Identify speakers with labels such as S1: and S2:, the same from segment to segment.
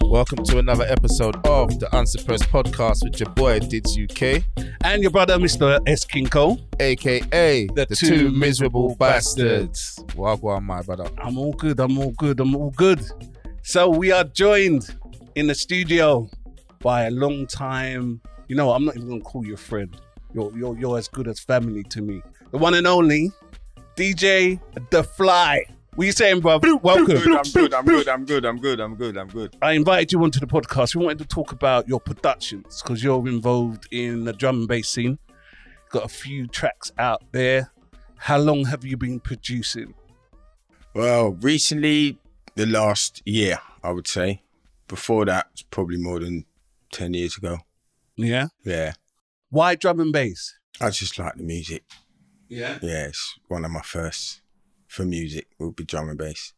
S1: Welcome to another episode of the Unsuppressed Podcast with your boy Dids UK,
S2: and your brother, Mr. S. King Cole.
S1: aka
S2: The Two Miserable Bastards.
S1: Wagwan, my brother.
S2: I'm all good. I'm all good. I'm all good. So we are joined in the studio by a long time. You know, I'm not even gonna call you a friend. You're you're, you're as good as family to me. The one and only DJ The Fly. What you saying, bro? Welcome.
S3: I'm good, I'm good, I'm good, I'm good, I'm good, I'm good.
S2: I invited you onto the podcast. We wanted to talk about your productions because you're involved in the drum and bass scene. Got a few tracks out there. How long have you been producing?
S3: Well, recently, the last year, I would say. Before that, it's probably more than 10 years ago.
S2: Yeah.
S3: Yeah.
S2: Why drum and bass?
S3: I just like the music.
S2: Yeah.
S3: Yeah, it's one of my first for music would be drum and bass.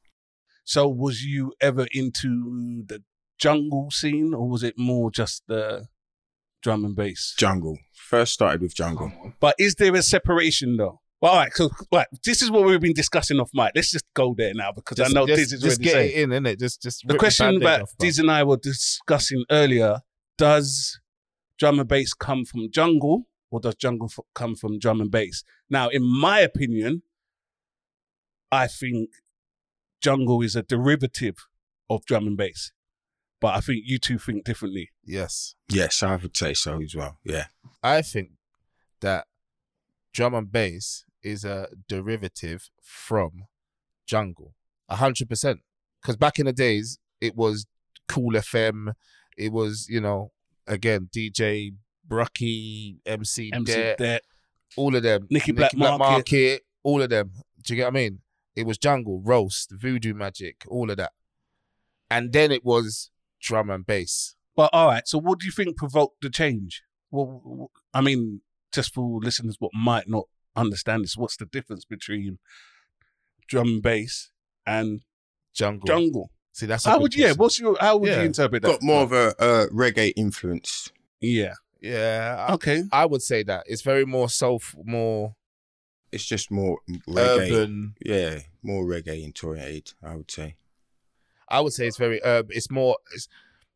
S2: So was you ever into the jungle scene or was it more just the drum and bass?
S3: Jungle. First started with jungle.
S2: But is there a separation though? Well, all right, so right, this is what we've been discussing off mic. Let's just go there now because I know
S1: just,
S2: this is
S1: just
S2: already
S1: get
S2: saying.
S1: it in, innit? Just, just
S2: the
S1: rip
S2: question
S1: Band-Aid
S2: that
S1: off, bro.
S2: Diz and I were discussing earlier does drum and bass come from jungle or does jungle f- come from drum and bass? Now, in my opinion, I think jungle is a derivative of drum and bass, but I think you two think differently.
S1: Yes,
S3: Yes, I would say so as well. Yeah.
S1: I think that drum and bass is a derivative from jungle, hundred percent. Because back in the days, it was Cool FM. It was you know again DJ Brucky, MC,
S2: MC
S1: Dare,
S2: Dare,
S1: all of them.
S2: Nicky Black Market.
S1: all of them. Do you get what I mean? It was jungle, roast, voodoo magic, all of that. And then it was drum and bass.
S2: But all right, so what do you think provoked the change? Well, w- I mean, just for listeners what might not understand this, what's the difference between drum and bass and
S1: Jungle.
S2: jungle?
S1: See, that's a
S2: How
S1: good
S2: would yeah?
S1: question.
S2: What's your how would
S1: Yeah.
S2: you interpret that?
S3: Got more of a uh, reggae influence.
S2: Yeah.
S1: yeah. I-
S2: Okay.
S1: I would say that it's very more self, more
S3: It's just more reggae.
S1: urban.
S3: Yeah, more reggae oriented, I would say.
S1: I would say it's very urban. It's more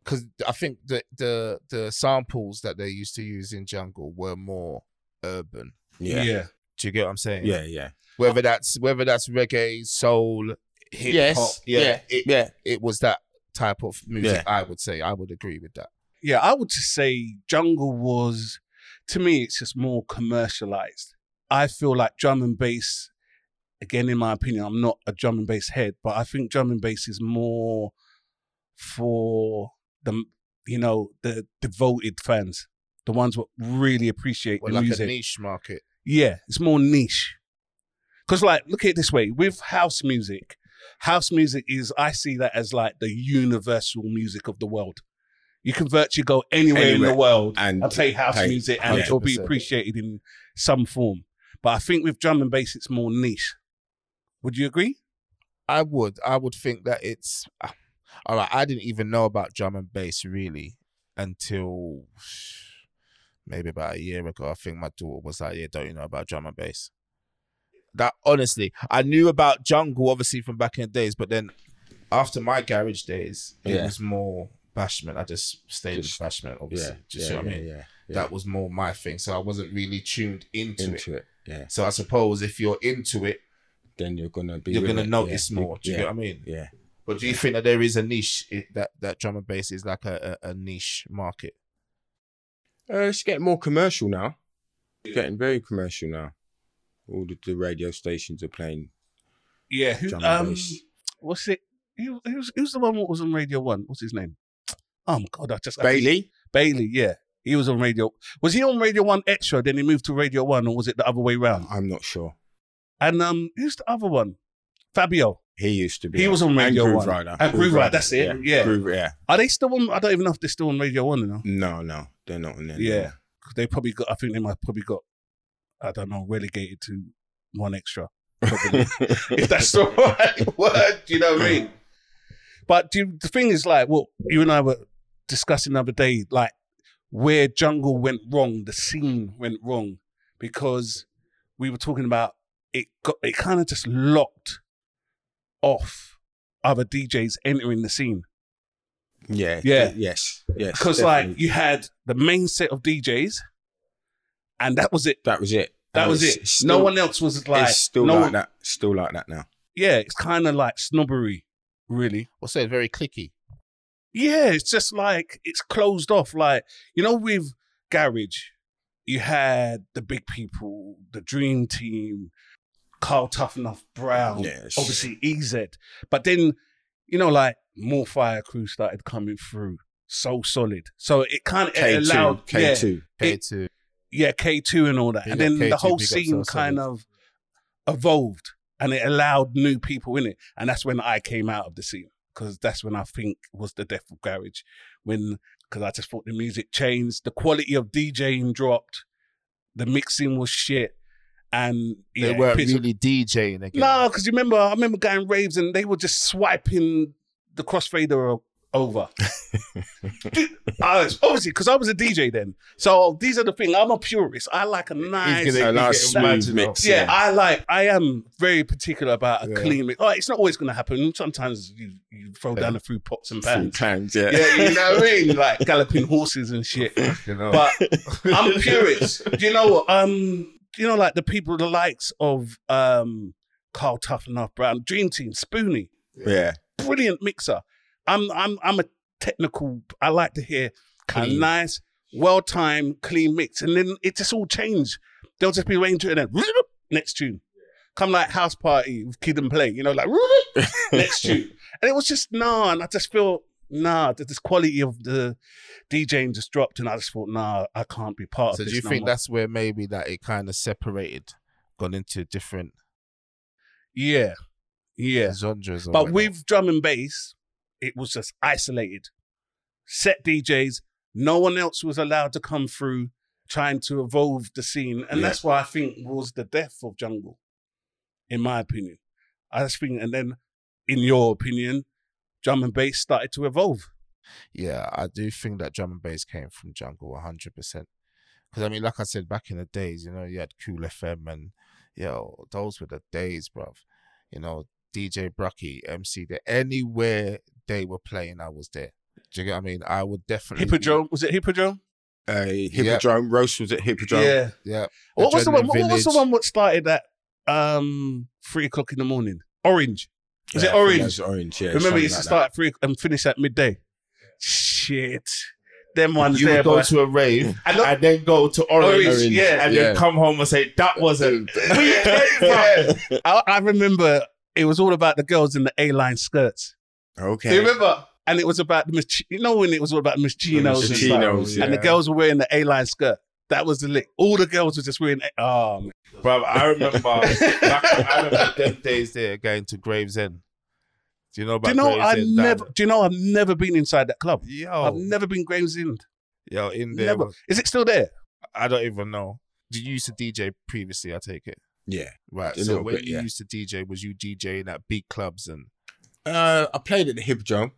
S1: because I think the the the samples that they used to use in jungle were more urban.
S3: Yeah. Yeah,
S2: yeah.
S1: Do you get what I'm saying?
S3: yeah.
S1: Whether that's whether that's reggae, soul, hip
S3: Yes,
S1: hop,
S3: yeah,
S1: it,
S3: Yeah.
S1: it was that type of music.
S3: Yeah.
S1: I would say I would agree with that.
S2: Yeah, I would just say jungle was, to me, it's just more commercialized. I feel like drum and bass, again, in my opinion, I'm not a drum and bass head, but I think drum and bass is more for the, you know, the devoted fans, the ones what really appreciate
S1: Well,
S2: the
S1: like
S2: music.
S1: a niche market.
S2: Yeah, it's more niche. Because, like, look at it this way with house music, house music is, I see that as like the universal music of the world. You can virtually go anywhere, in
S3: Anywhere.
S2: the world
S3: And
S2: and play house
S3: play-
S2: music and it'll be
S1: 100%.
S2: appreciated in some form. But I think with drum and bass, it's more niche. Would you agree?
S1: I would. I would think that it's. ah, All right. I didn't even know about drum and bass really until maybe about a year ago. I think my daughter was like, "Yeah, don't you know about drum and bass?" That honestly, I knew about jungle obviously from back in the days, but then after my garage days, it
S3: Yeah.
S1: was more bashment. I just stayed
S3: Just-
S1: with bashment, obviously.
S3: yeah,
S1: Do you see what I mean?
S3: Yeah,
S1: That was more my thing, so I wasn't really tuned into, it.
S3: into it. Yeah,
S1: So I suppose if you're into it,
S3: then you're gonna be.
S1: you're
S3: with
S1: gonna
S3: it.
S1: notice
S3: Yeah.
S1: more. Do you
S3: yeah.
S1: get what I mean?
S3: Yeah,
S1: But do you think that there is a niche i- that that drum and bass is like a, a, a niche market?
S3: uh, it's getting more commercial now. It's Getting very commercial now. All the, the radio stations are playing.
S2: Yeah. Who,
S3: Drum and
S2: um,
S3: bass.
S2: what's it? Who, who's, who's the one that was on Radio 1? What's his name? Oh, my God. I just. I just-
S3: Bailey,
S2: Bailey, yeah. He was on Radio. Was he on Radio One Extra? Then he moved to Radio One, or was it the other way round?
S3: I'm not sure.
S2: And um, who's the other one? Fabio.
S3: He used to be.
S2: He was on Radio
S3: and Groove
S2: One.
S3: Rider.
S2: And Groove Rider, that's it, yeah.
S3: Groove, yeah.
S2: Are they still on? I don't even know if they're still on Radio One. You know,
S3: No, no, they're not on there. no
S2: Yeah.
S3: more.
S2: 'Cause they probably got. I think they might probably got. I don't know, relegated to One Extra. Probably. if that's the right word, you know what I mean? But do you, the thing is, like, what you and I were discussing the other day, like, where jungle went wrong, the scene went wrong, because we were talking about it, got, it kind of just locked off other DJs entering the scene.
S3: Yeah.
S2: Yeah.
S3: th- yes. Yes.
S2: Because like
S3: definitely.
S2: you had the main set of DJs, and that was it.
S3: that was it.
S2: That
S3: And
S2: was
S3: it's-
S2: it.
S3: it's
S2: no
S3: still-
S2: one else was like.
S3: it's still
S2: no
S3: like
S2: one-
S3: that. Still like that now.
S2: Yeah, it's kind of like snobbery, really.
S1: Also, it's very clicky.
S2: Yeah, it's just like it's closed off. Like you know, with garage, you had the big people, the Dream Team, Carl Toughnut Brown,
S3: Yes.
S2: obviously EZ. But then, you know, like more Fire Crew started coming through, so solid. So it kind of
S3: K two.
S2: allowed
S3: K
S2: yeah,
S3: two.
S1: K
S2: It-
S1: two.
S2: yeah, K two and all that,
S1: Big
S2: and
S1: up
S2: then the
S1: K2,
S2: whole
S1: big up
S2: scene
S1: Soul
S2: kind of evolved, and it allowed new people in it, and that's when I came out of the scene because that's when I think was the death of garage, when because I just thought the music changed, the quality of DJing dropped, the mixing was shit, and
S1: They
S2: yeah,
S1: weren't
S2: piss-
S1: really DJing again.
S2: no, because you remember, I remember going raves and they were just swiping the crossfader o- over. Dude, I was, obviously, because I was a DJ then. So these are the thing. I'm a purist. I like a nice.
S1: gonna-
S3: A
S1: you
S3: nice
S1: get a
S3: smooth
S1: marginal.
S3: mix.
S2: yeah, I like. I am very particular about a
S1: Yeah.
S2: clean mix. Oh, it's not always going to happen. Sometimes you, you throw down a few pots and
S3: Full
S2: pans.
S3: times. Yeah.
S2: Yeah, you know what I mean. Like galloping horses and shit.
S1: you know?
S2: But I'm curious. Do you know what? Um, do you know like the people, the likes of um, Carl Tough Enough Brown, Dream Team, Spoonie,
S3: Yeah.
S2: brilliant mixer. I'm I'm I'm a technical. I like to hear a
S1: Clean.
S2: nice, well timed, clean mix, and then it just all changed. They'll just be waiting to it, and then next tune. Come like house party with kid and play, you know, like next tune. And it was just nah, and I just feel nah, that this quality of the DJing just dropped, and I just thought nah, I can't be part
S1: so do
S2: of
S1: you
S2: this. no
S1: think
S2: more.
S1: that's where maybe that it kind of separated, gone into different
S2: yeah, yeah?
S1: genres? Or
S2: But
S1: whatnot?
S2: with drum and bass, it was just isolated. Set DJs, no one else was allowed to come through trying to evolve the scene. And
S3: Yeah.
S2: that's why I think was the death of jungle, in my opinion. I just think, and then in your opinion, drum and bass started to evolve.
S1: yeah, I do think that drum and bass came from jungle 100. percent Because I mean, like I said, back in the days, you know, you had Cool FM and yo, those were the days, bruv. You know, DJ Brucky, MC, there anywhere they were playing, I was there. Do you get what I mean? I would definitely be-
S2: Hippodrome, was it Hippodrome?
S3: Uh, Hippodrome. Roast was at Hippodrome.
S2: Yeah.
S1: Yeah.
S2: What was the
S1: Adrenaline
S2: one? What was the
S1: Village.
S2: one what started at um three o'clock in the morning? Orange. Was
S3: Yeah,
S2: it
S3: I think
S2: orange?
S3: that was orange. Yeah.
S2: Remember,
S3: something
S2: it used to
S3: like that.
S2: start at three and finish at midday. Shit, them ones
S1: You
S2: there.
S1: would go
S2: boy.
S1: to a rave
S2: I know-
S1: and then go to
S2: Orange,
S1: Orange,
S2: yeah.
S1: and then
S3: Yeah.
S1: come home and say that wasn't.
S2: Yeah. I, I remember it was all about the girls in the A-line skirts.
S3: Okay.
S2: Do you remember? And it was about the mis- you know when it was all about the Miss Chinos and,
S3: Miss
S2: stuff.
S3: Chinos,
S2: and the
S1: yeah.
S2: girls were wearing the A-line skirt. That was the lick. All the girls were just wearing. A- oh, man.
S1: Bro, I remember. back- I remember them days there going to Gravesend. Do you know about?
S2: do you know? I
S1: Gravesend, Dan?
S2: never. Do you know? I've never been inside that club.
S1: Yo,
S2: I've never been Gravesend.
S1: yo, in there.
S2: Never.
S1: was-
S2: Is it still there?
S1: I don't even know. Did you used to DJ previously? I take it.
S3: Yeah.
S1: Right.
S3: A
S1: so
S3: little
S1: when
S3: bit,
S1: you
S3: yeah.
S1: used to DJ, was you DJing at big clubs and?
S3: Uh, I played at the Hippodrome.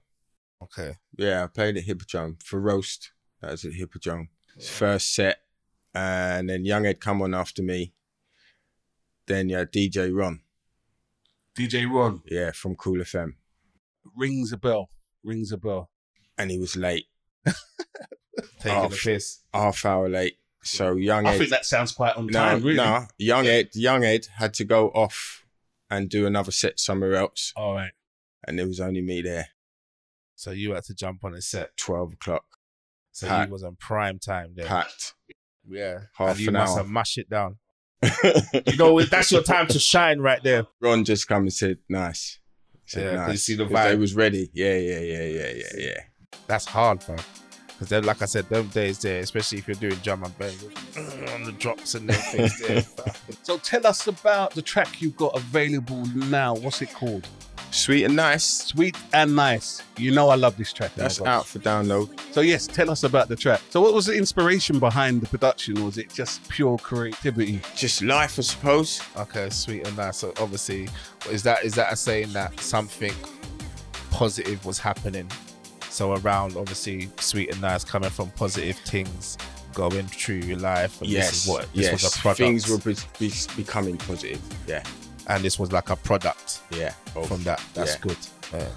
S1: Okay.
S3: Yeah, I played at Hippodrome for roast. That was at Hippodrome. His First set, and then Young had come on after me. Then yeah, DJ Ron,
S2: DJ Ron
S3: yeah, from Cool FM,
S2: rings a bell. Rings a bell.
S3: and he was late,
S1: Taking
S3: Oh,
S1: a piss.
S3: half hour late. So Young
S2: I
S3: Ed,
S2: think that sounds quite on
S3: no,
S2: time, really.
S3: no, Young Ed, Young Ed had to go off and do another set somewhere else,
S2: All right.
S3: and there was only me there.
S1: So you had to jump on a set.
S3: Twelve o'clock,
S1: So
S3: Packed.
S1: you was on prime time there.
S3: packed.
S1: Yeah.
S3: Half
S1: and you
S3: an
S1: must
S3: hour.
S1: have mashed it down. You know, that's your time to shine right there.
S3: Ron just come and said, "Nice." Said,
S1: Yeah, 'cause you see the
S3: 'Cause They
S1: vibe.
S3: was ready. Yeah, yeah, yeah, yeah, yeah, yeah.
S1: That's hard, man. Because then, like I said, them days there, especially if you're doing drum and bass, on the drops and them things there.
S2: So tell us about the track you've got available now. What's it called?
S3: Sweet and nice.
S2: Sweet and Nice. You know I love this track. now,
S3: That's
S2: bro.
S3: out for download.
S2: So yes, tell us about the track. So what was the inspiration behind the production? Was it just pure creativity?
S3: Just life, I suppose.
S1: okay, sweet and nice. So obviously, is that is that a saying that something positive was happening? So around obviously, sweet and nice coming from positive things going through your life. And
S3: yes.
S1: this is what this
S3: yes.
S1: was a product,
S3: Things were be- be- becoming positive. Yeah.
S1: and this was like a product
S3: Yeah.
S1: from that. That's
S3: Yeah.
S1: good. Yeah.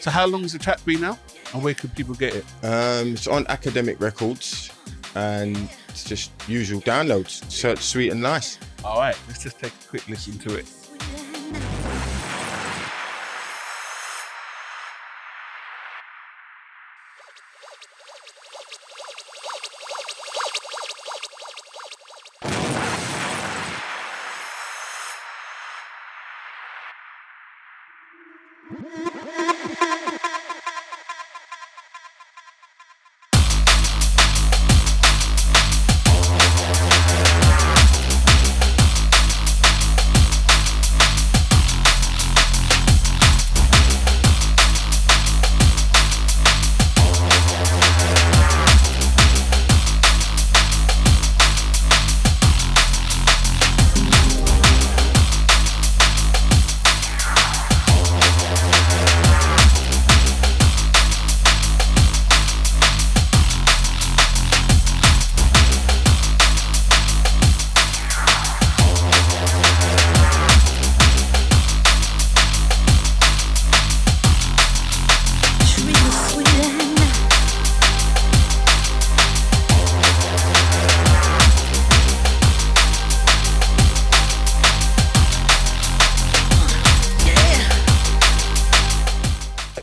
S2: So how long has the track been now? And where can people get it?
S3: Um, it's on Academic Records and it's just usual downloads. Search Sweet and Nice.
S2: All right, let's just take a quick listen to it.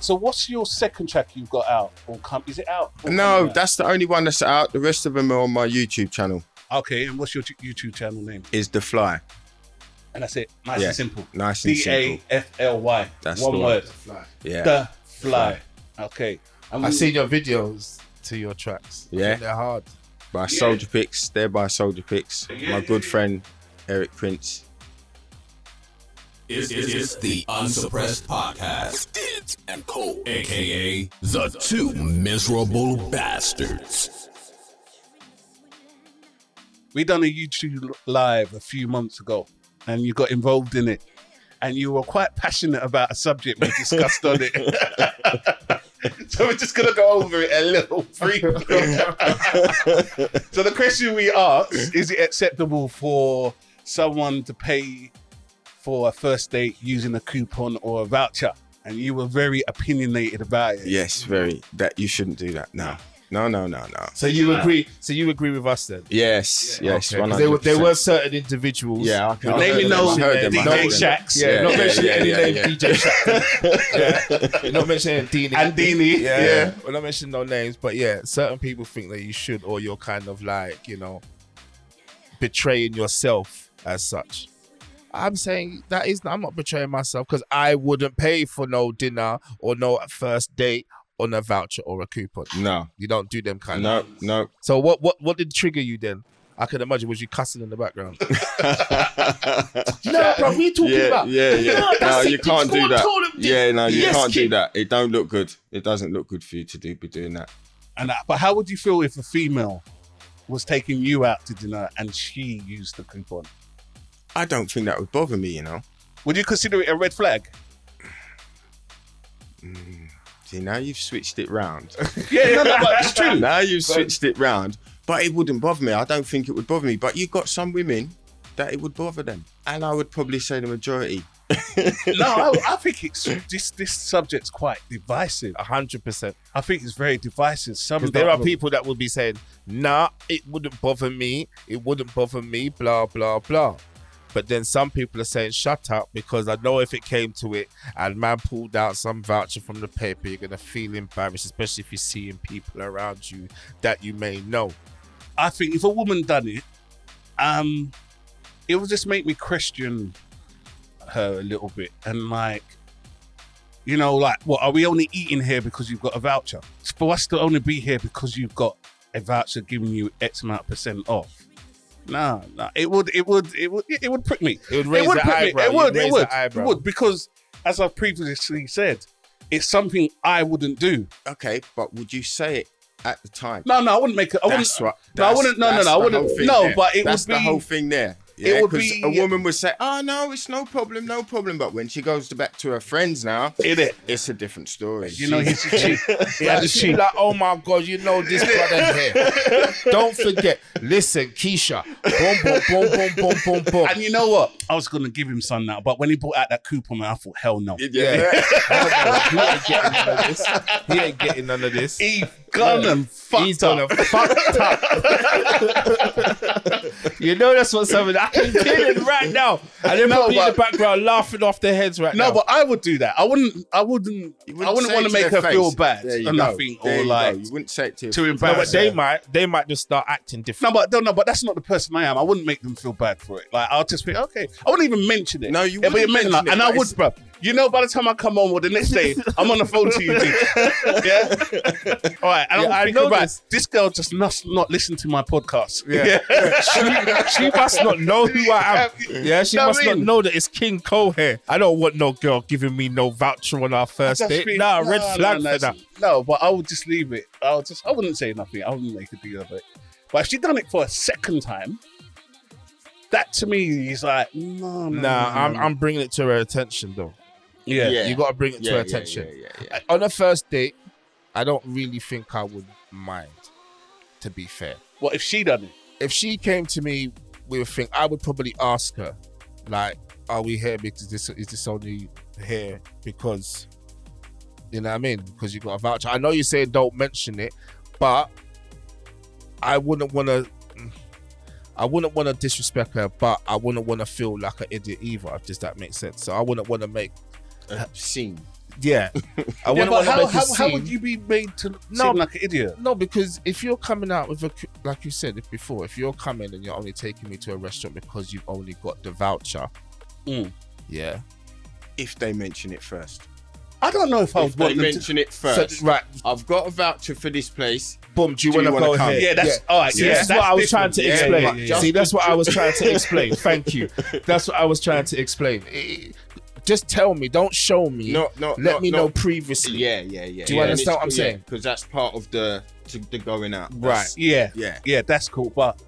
S2: So what's your second track you've got out or come? Is it out? or
S3: No,
S2: coming out?
S3: that's the only one that's out. The rest of them are on my YouTube channel.
S2: okay. And what's your t- YouTube channel name?
S3: Is The Fly.
S2: And that's it. Nice
S3: Yeah.
S2: and simple.
S3: Nice and
S2: D A
S3: simple.
S2: F L Y.
S3: That's
S2: one
S3: the one.
S2: word.
S3: Yeah.
S2: The fly. Okay. And
S1: I
S2: we-
S1: seen your videos to your tracks. I
S3: Yeah.
S1: think they're hard.
S3: by Soldier Picks. They're by Soldier Picks.
S2: Yeah,
S3: my
S2: yeah,
S3: good
S2: yeah.
S3: friend Eric Prince.
S4: It's, it's, it's the Unsuppressed Podcast. It's and Cole, aka the two miserable bastards.
S2: we done a YouTube live a few months ago, and you got involved in it, and you were quite passionate about a subject we discussed on it. so we're just gonna go over it a little briefly. so the question we asked is: It acceptable for someone to pay for a first date using a coupon or a voucher? And you were very opinionated about it.
S3: Yes, very. That you shouldn't do that. No, no, no, no, no.
S1: So you agree? So you agree with us then?
S3: Yes, yes.
S1: Okay, 'cause
S3: 100%.
S1: There were there were certain individuals.
S3: Yeah, I can.
S1: But
S3: I
S1: naming
S3: heard them, I
S1: those
S3: heard them, I
S1: DJ
S3: heard them.
S2: Shacks.
S1: Yeah, not
S3: Yeah,
S1: mentioning
S3: yeah,
S1: any
S3: yeah,
S1: name
S3: yeah.
S1: DJ Shaq. yeah. You're not mentioning Deanie.
S2: And Deanie.
S1: Yeah.
S2: Yeah.
S1: We're not mentioning no names, but yeah, certain people think that you should or you're kind of like, you know, betraying yourself as such. I'm saying that is I'm not betraying myself because I wouldn't pay for no dinner or no first date on a voucher or a coupon.
S3: No,
S1: You don't do them kind of
S3: no, no.
S1: So what what what did trigger you then? I can imagine was you cussing in the background. no, bro, we talking
S3: yeah,
S1: about
S3: yeah, yeah.
S1: No,
S3: No,
S1: that's it.
S3: you can't
S1: Come
S3: do
S1: on,
S3: that.
S1: call him this.
S3: Yeah, no, you
S1: Yes,
S3: can't do
S1: kid.
S3: that. It don't look good. It doesn't look good for you to do be doing that.
S2: And I, but how would you feel if a female was taking you out to dinner and she used the coupon?
S3: I don't think that would bother me. You know.
S2: Would you consider it a red flag?
S3: See, now you've switched it round.
S2: Yeah, no, no, but it's true.
S3: now you've switched it round. But it wouldn't bother me. I don't think it would bother me. But you got some women that it would bother them, and I would probably say the majority.
S2: No, I, I think it's this this subject's quite divisive.
S1: hundred percent.
S2: I think it's very divisive. Some
S1: Because there are
S2: don't-
S1: people that will be saying, nah, it wouldn't bother me. It wouldn't bother me, blah, blah, blah. But then some people are saying, shut up, because I know if it came to it and man pulled out some voucher from the paper, you're going to feel embarrassed, especially if you're seeing people around you that you may know.
S2: I think if a woman done it, um, it would just make me question her a little bit and like, you know, like, what are we only eating here because you've got a voucher? It's for us to only be here because you've got a voucher giving you X amount percent off. Nah, nah, it would, it would, it would, it would prick me.
S1: It would raise
S2: it would
S1: the
S2: prick
S1: eyebrow.
S2: me. It
S1: You'd
S2: would, it
S1: raise
S2: would,
S1: the
S2: it
S1: eyebrow.
S2: would, because as I've previously said, it's something I wouldn't do.
S3: Okay, but would you say it at the time?
S2: No, no, I wouldn't make it. I wouldn't.
S3: That's what.
S2: no, I
S3: that's-
S2: wouldn't- no, no,
S3: that's
S2: no, I
S3: the
S2: wouldn't-
S3: whole thing
S2: no,
S3: there.
S2: but it
S3: that's
S2: would
S3: the
S2: be-
S3: whole thing there.
S2: it
S3: Yeah,
S2: would
S3: 'cause
S2: be-
S3: a woman would say, "Oh no, it's no problem, no problem." But when she goes to back to her friends now,
S2: In it,
S3: it's a different story.
S2: you know, he's a cheat. He had a
S1: Like, she'd be
S2: cheat.
S1: like, oh my God, you know this brother here. Don't forget. Listen, Keisha. Boom, boom, boom, boom, boom, boom, boom.
S2: And you know what? I was gonna give him some now, but when he brought out that coupon, man, I thought, hell no.
S1: Yeah. Hell no, he ain't getting none of this. He ain't getting none of this.
S2: He gone and fucked
S1: He's
S2: up.
S1: done a fucked up. you know that's what's happening. I can feel it right now. And they're
S2: No,
S1: probably in the
S2: but-
S1: background laughing off their heads right
S2: No,
S1: now.
S2: but I would do that. I wouldn't. I wouldn't. I wouldn't want to make her feel bad
S3: There you
S2: or
S3: go.
S2: nothing
S3: There you
S2: or
S3: go.
S2: like
S3: you wouldn't say it to, your
S2: to
S3: friend.
S1: No, but
S2: embarrass
S1: they
S2: her.
S1: might they might just start acting different.
S2: No, but no, no, but that's not the person I am. I wouldn't make them feel bad for it. Like I'll just be okay. I wouldn't even mention it.
S3: No, you
S2: Yeah, but
S3: wouldn't
S2: meant
S3: mention it,
S2: and I
S3: but
S2: would, bro. You know, by the time I come on, well, the next day I'm on the phone to you, dude. yeah. All right, and
S1: Yeah, I
S2: I'm thinking,
S1: know
S2: right,
S1: this.
S2: this. girl just must not listen to my podcast.
S1: Yeah. she, she must not know who I am. Yeah, she
S2: Know what
S1: must
S2: I
S1: not
S2: mean?
S1: know that it's King Cole here. I don't want no girl giving me no voucher on our first
S2: Just
S1: date.
S2: be-
S1: Nah,
S2: no,
S1: red
S2: no,
S1: flag
S2: no,
S1: for that.
S2: No, but I would just leave it. I'll just I wouldn't say nothing. I wouldn't make a deal of it. But if she done it for a second time, that to me is like no, no, no,
S1: Nah,
S2: no,
S1: I'm
S2: no.
S1: I'm bringing it to her attention though.
S2: yeah.
S3: Yeah.
S1: You gotta bring it
S3: yeah,
S1: to her
S3: yeah,
S1: attention.
S3: Yeah, yeah, yeah.
S1: on a first date, I don't really think I would mind, to be fair.
S2: What if she done it?
S1: If she came to me with a thing, I would probably ask her, like, are we here because this is this only here because you know what I mean? Because you got a voucher. I know you say don't mention it, but I wouldn't wanna I wouldn't want to disrespect her, but I wouldn't want to feel like an idiot either. If does that make sense? So I wouldn't want to make,
S3: Obscene.
S1: yeah, I
S2: Yeah,
S1: wouldn't
S2: but
S1: want to
S2: how,
S1: make a
S2: how, how
S1: scene.
S2: would you be made to
S1: No.
S2: seem like an idiot?
S1: No, because if you're coming out with a, like you said before, if you're coming and you're only taking me to a restaurant because you've only got the voucher,
S2: Mm.
S1: yeah.
S3: If they mention it first.
S2: I don't know if I would
S3: If they
S2: want them to.
S3: mention it
S1: So,
S3: first.
S1: right,
S3: I've got a voucher for this place.
S1: boom. Do you
S3: Do
S1: want
S3: you
S1: to
S3: wanna
S1: go
S3: come?
S1: here?
S2: Yeah, that's all right.
S1: See,
S2: yeah,
S1: that's, what I was trying
S2: different.
S1: to
S2: Yeah,
S1: explain.
S2: yeah, yeah, yeah.
S1: See, that's what I was trying to explain. Thank you. That's what I was trying to explain. It- it- just tell me. Don't show me.
S3: No, no,
S1: Let
S3: no,
S1: me
S3: no.
S1: know previously.
S3: Yeah, yeah, yeah.
S1: Do you understand what I'm saying?
S3: Because that's part of the to, the going out.
S1: Right.
S3: That's-
S2: yeah,
S3: Yeah.
S2: yeah, that's cool. But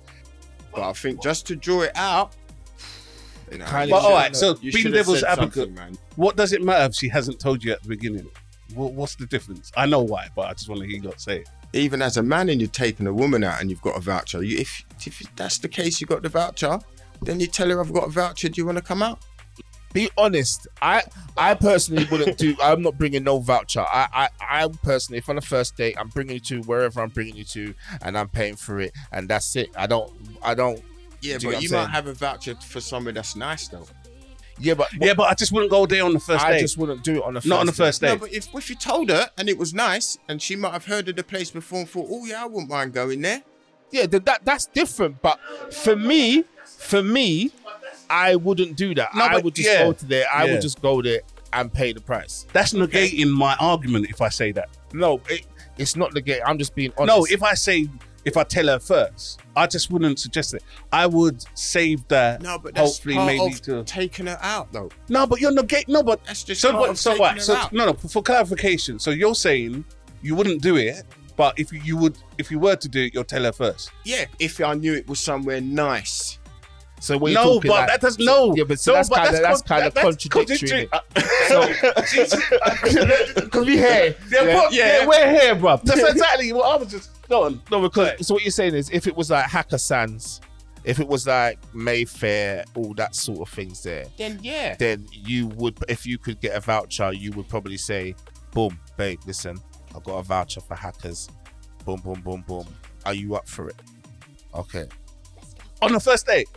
S3: But I think just to draw it out. You know,
S1: Kinda
S3: you
S2: but
S1: should've
S2: all
S3: should-
S2: right. So
S3: you
S2: being
S3: should've
S2: devil's
S3: said
S2: advocate,
S3: something, man.
S2: what does it matter if she hasn't told you at the beginning? What, what's the difference? I know why, but I just want to hear you lot say it.
S3: Even as a man, and you're taking a woman out, and you've got a voucher. You, if if that's the case, you got the voucher. Then you tell her I've got a voucher. Do you want to come out?
S1: Be honest. I I personally wouldn't do. I'm not bringing no voucher. I I I personally, if on the first date, I'm bringing you to wherever I'm bringing you to, and I'm paying for it, and that's it. I don't. I don't.
S3: Yeah,
S1: Do you get what
S3: but you
S1: I'm
S3: might
S1: saying?
S3: have a voucher for somewhere that's nice though.
S1: Yeah, but
S2: yeah, but I just wouldn't go there on the first
S1: I
S2: day.
S1: just wouldn't do it on the first
S2: Not on the first day.
S3: No, but if, if you told her and it was nice, and she might have heard of the place before and thought, oh yeah, I wouldn't mind going there.
S1: yeah, th- that that's different. But for me, for me, I wouldn't do that.
S2: No,
S1: I
S2: but
S1: would just
S2: yeah.
S1: go to there. I
S2: Yeah.
S1: would just go there and pay the price.
S2: that's negating my argument if I say that.
S1: No, it, it's not the game. I'm just being honest.
S2: No, if I say if I tell her first, I just wouldn't suggest it. I would save that.
S3: No, but that's
S2: hopefully
S3: part
S2: maybe
S3: of
S2: to.
S3: taking her out though.
S2: No, but you're negate. No, but
S3: That's just
S2: so
S3: part
S2: what?
S3: of
S2: So
S3: taking
S2: what?
S3: her
S2: So
S3: out.
S2: no, no. For clarification, so you're saying you wouldn't do it, but if you would, if you were to do it, you'll tell her first.
S3: Yeah, if I knew it was somewhere nice.
S1: so, when
S2: no, but that doesn't. No,
S1: Yeah, but so
S2: no,
S1: that's kind of that's
S2: con-
S1: kind of
S2: that-
S1: contradictory.
S2: contradictory.
S1: Because we here,
S2: Yeah, but- yeah.
S1: we're here, bro.
S2: that's exactly what I was just going.
S1: No, because so what you're saying is, if it was like Hacker Sands, if it was like Mayfair, all that sort of things there,
S3: Then yeah.
S1: then you would, if you could get a voucher, you would probably say, "Boom, babe, listen, I got a voucher for Hackers. Boom, boom, boom, boom. Are you up for it?" Okay,
S2: on the first date.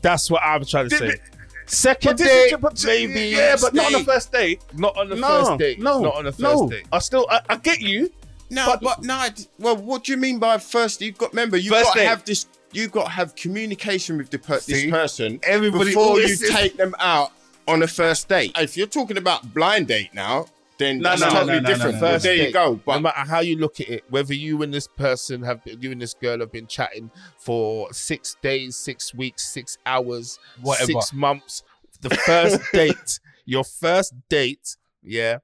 S1: that's what I'm trying to
S2: Did
S1: say.
S2: it-
S1: Second
S2: this is
S1: date,
S2: ju- but-
S1: maybe.
S2: Yeah, but not on the first date.
S1: Not on the
S2: no,
S1: first date.
S2: No,
S1: not on the first
S2: no.
S1: date.
S2: I still, I, I get you.
S3: No,
S2: But-
S3: but, no. I d- Well, what do you mean by first? You've got remember, you've
S2: First
S3: got
S2: date.
S3: to have this. You've got to have communication with the per- this
S1: See?
S3: person
S1: Everybody-
S3: before you
S1: this is-
S3: take them out on a first date. If you're talking about blind date now, then
S2: No,
S3: that's
S2: no, no,
S3: totally
S2: no, no,
S3: different.
S2: no, no, no.
S3: there you go. But
S1: no matter how you look at it, whether you and this person have been, you and this girl have been chatting for six days, six weeks, six hours,
S2: Whatever.
S1: six months, the first date, your first date, yeah.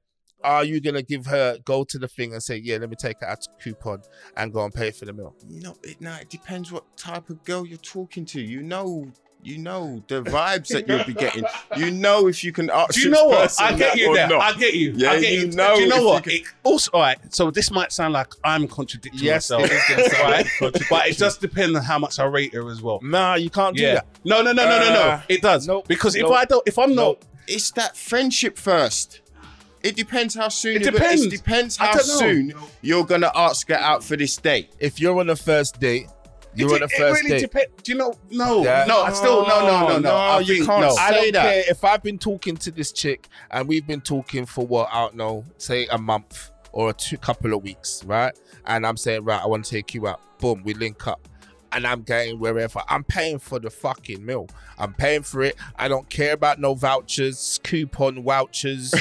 S1: Are you gonna give her go to the thing and say, yeah, let me take her out to coupon and go and pay for the meal?
S3: No, it, no, it depends what type of girl you're talking to. You know, You know the vibes that you'll be getting. You know if you can ask.
S2: Do you
S3: this
S2: know what?
S3: person
S2: I get
S3: that
S2: you
S3: or
S2: there.
S3: not.
S2: I get you.
S3: Yeah,
S2: I get
S3: you
S2: you.
S3: know
S2: Do you
S3: if
S2: know
S3: you
S2: what?
S3: can-
S2: It also, all right. So this might sound like I'm contradicting
S1: Yes,
S2: myself,
S1: it is gonna sound
S2: right?
S1: contradictory.
S2: but it does depend on how much I rate her as well.
S1: Nah, you can't do
S2: Yeah.
S1: that.
S2: No, no, no, no, no, no.
S1: Uh,
S2: It does.
S1: nope,
S2: because if
S1: nope,
S2: I don't, if I'm not,
S3: It's that friendship first. It depends how soon.
S2: It
S3: you're gonna-
S2: depends.
S3: It depends
S2: I
S3: how
S2: don't know.
S3: soon you're gonna ask her out for this date.
S1: If you're on the first date, you're on
S2: it,
S1: the
S2: it
S1: first
S2: really
S1: date.
S2: depends. Do you know? No,
S1: Yeah.
S2: no. I still no, no, no, no.
S3: No,
S2: I
S3: you
S2: think,
S3: can't
S2: no.
S3: Oh. say
S1: I don't
S3: that.
S1: care if I've been talking to this chick and we've been talking for what I don't know, say a month or a two couple of weeks, right? And I'm saying, right, I want to take you out. Boom, we link up. And I'm going wherever. I'm paying for the fucking meal. I'm paying for it. I don't care about no vouchers, coupon vouchers.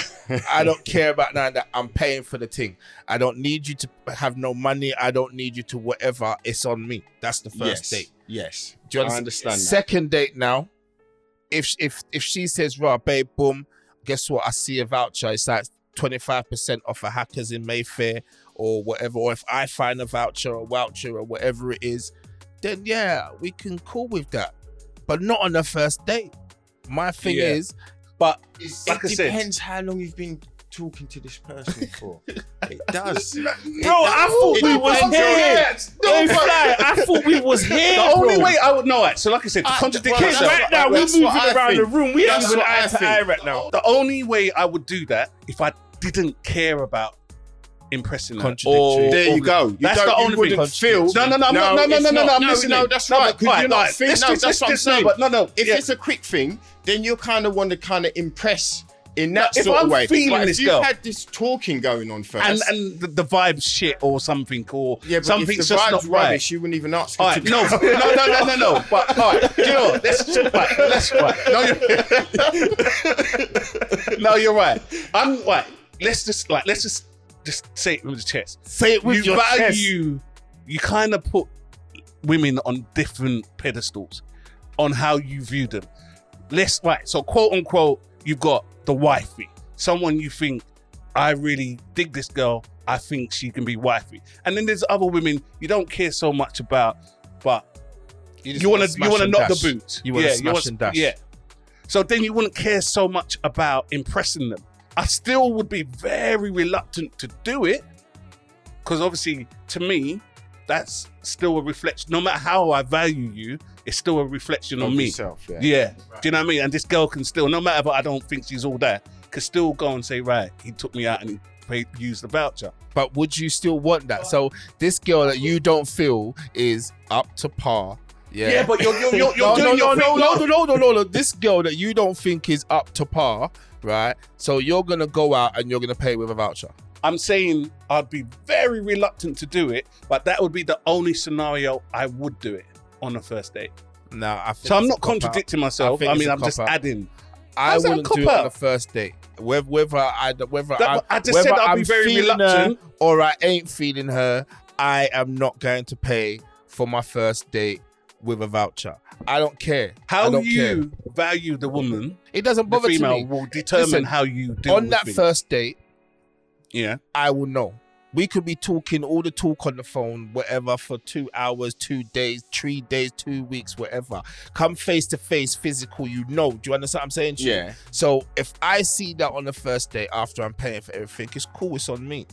S1: I don't care about none of that. I'm paying for the thing. I don't need you to have no money. I don't need you to whatever. It's on me. That's the first
S3: yes.
S1: date.
S3: Yes.
S1: Do you understand?
S3: I understand that.
S1: Second date now. If sh- if if she says, "Right, babe, boom," guess what? I see a voucher. It's like twenty five percent off a Hackers in Mayfair or whatever. Or if I find a voucher or voucher or whatever it is, then yeah, we can cool with that. But not on the first date. My thing
S2: Yeah.
S1: is, but
S2: Like I
S3: it
S2: said-
S3: depends how long you've been talking to this person for. it does.
S2: Bro, I thought
S3: It
S2: we was
S3: depends on-
S2: here.
S1: No,
S2: Hey, fly, I thought we was here. The only way I would know it. So, like I said, to
S3: I-
S2: contradict
S3: well,
S2: myself.
S3: right now, we're
S2: That's
S3: moving
S2: what I
S3: around
S2: think.
S3: the room. We
S2: That's
S3: haven't
S2: what
S3: got
S2: I
S3: eye to
S2: think.
S3: eye right now.
S2: The only way I would do that if I didn't care about impressing her.
S1: Contradictory.
S2: Or,
S3: There you go. You
S2: that's
S3: don't-
S2: the
S3: you
S2: only
S3: wouldn't
S2: thing.
S3: feel-
S2: No, no, no, I'm not-
S3: No,
S2: no, no,
S3: it's
S2: no, no,
S3: not.
S2: no, I'm
S3: No,
S2: listening.
S3: no, that's
S2: no,
S3: right,
S2: but-
S3: 'cause you're not
S2: alright,
S3: thinking-
S2: this-
S3: no,
S2: this-
S3: that's what I'm
S2: this- no,
S3: saying.
S2: But no, no.
S3: If
S2: yeah.
S3: it's a quick thing, then you kind of want to kind of impress in that
S2: if
S3: sort
S2: I'm
S3: of way.
S2: feeling
S3: but
S2: this
S3: if you've
S2: girl-
S3: had this talking going on first,
S2: and and the, the vibe shit or something or
S3: yeah, but
S2: something's
S3: if the
S2: just
S3: vibe's
S2: not right.
S3: rubbish, you wouldn't even ask.
S2: All
S3: her
S2: right,
S3: to
S2: no, no, no, no, no, no. But all right, you know, what? let's just right, let's right. No, you're, no, you're right. I'm right. Let's just like let's just just say it with the chest.
S1: say it with
S2: you
S1: your chest.
S2: value, you kind of put women on different pedestals on how you view them. Let's right. So quote unquote, you've got the wifey, someone you think I really dig this girl. I think she can be wifey. And then there's other women you don't care so much about, but
S1: just
S2: you want to
S1: smash
S2: you want to
S1: and
S2: knock
S1: dash.
S2: the boot.
S1: You wanna smash
S2: wanna-
S1: and dash.
S2: Yeah. So then you wouldn't care so much about impressing them. I still would be very reluctant to do it because obviously, to me, that's still a reflection. No matter how I value you, it's still a reflection on me.
S3: yourself, yeah.
S2: Yeah. Do you know what I mean? And this girl can still, no matter what, I don't think she's all that, can still go and say, right, he took me out and he paid, used the voucher.
S1: but would you still want that? So this girl that you don't feel is up to par. Yeah,
S2: but you're, you're, you're,
S1: no, no, no,
S2: your
S1: no,
S2: thing.
S1: no, no, no, no, no, no. This girl that you don't think is up to par, right? So you're gonna go out and you're gonna pay with a voucher.
S2: I'm saying I'd be very reluctant to do it, but that would be the only scenario I would do it on a first date.
S1: No, I think
S2: So I'm
S1: it's a cop-out.
S2: not contradicting
S1: I
S2: myself. I,
S1: think it's
S2: mean,
S1: a
S2: I'm just
S1: cop-out.
S2: adding.
S1: I
S2: How's that a
S1: wouldn't do it on
S2: cop-out?
S1: the first date. Whether, whether I whether
S2: That-
S1: I
S2: I just
S1: whether
S2: said I'd be
S1: I'm
S2: very
S1: feeling
S2: reluctant.
S1: her or I ain't feeling her. I am not going to pay for my first date with a voucher. I don't care. I
S2: How
S1: don't care.
S2: you value the woman,
S1: It doesn't
S2: the
S1: bother to
S2: female,
S1: me.
S2: will determine
S1: Listen,
S2: how you do
S1: On that
S2: thing.
S1: first date,
S2: Yeah.
S1: I will know. We could be talking all the talk on the phone, whatever, for two hours, two days, three days, two weeks, whatever. Come face to face, physical, you know. Do you understand what I'm saying? to you?
S3: Yeah.
S1: So if I see that on the first day after I'm paying for everything, it's cool, it's on me.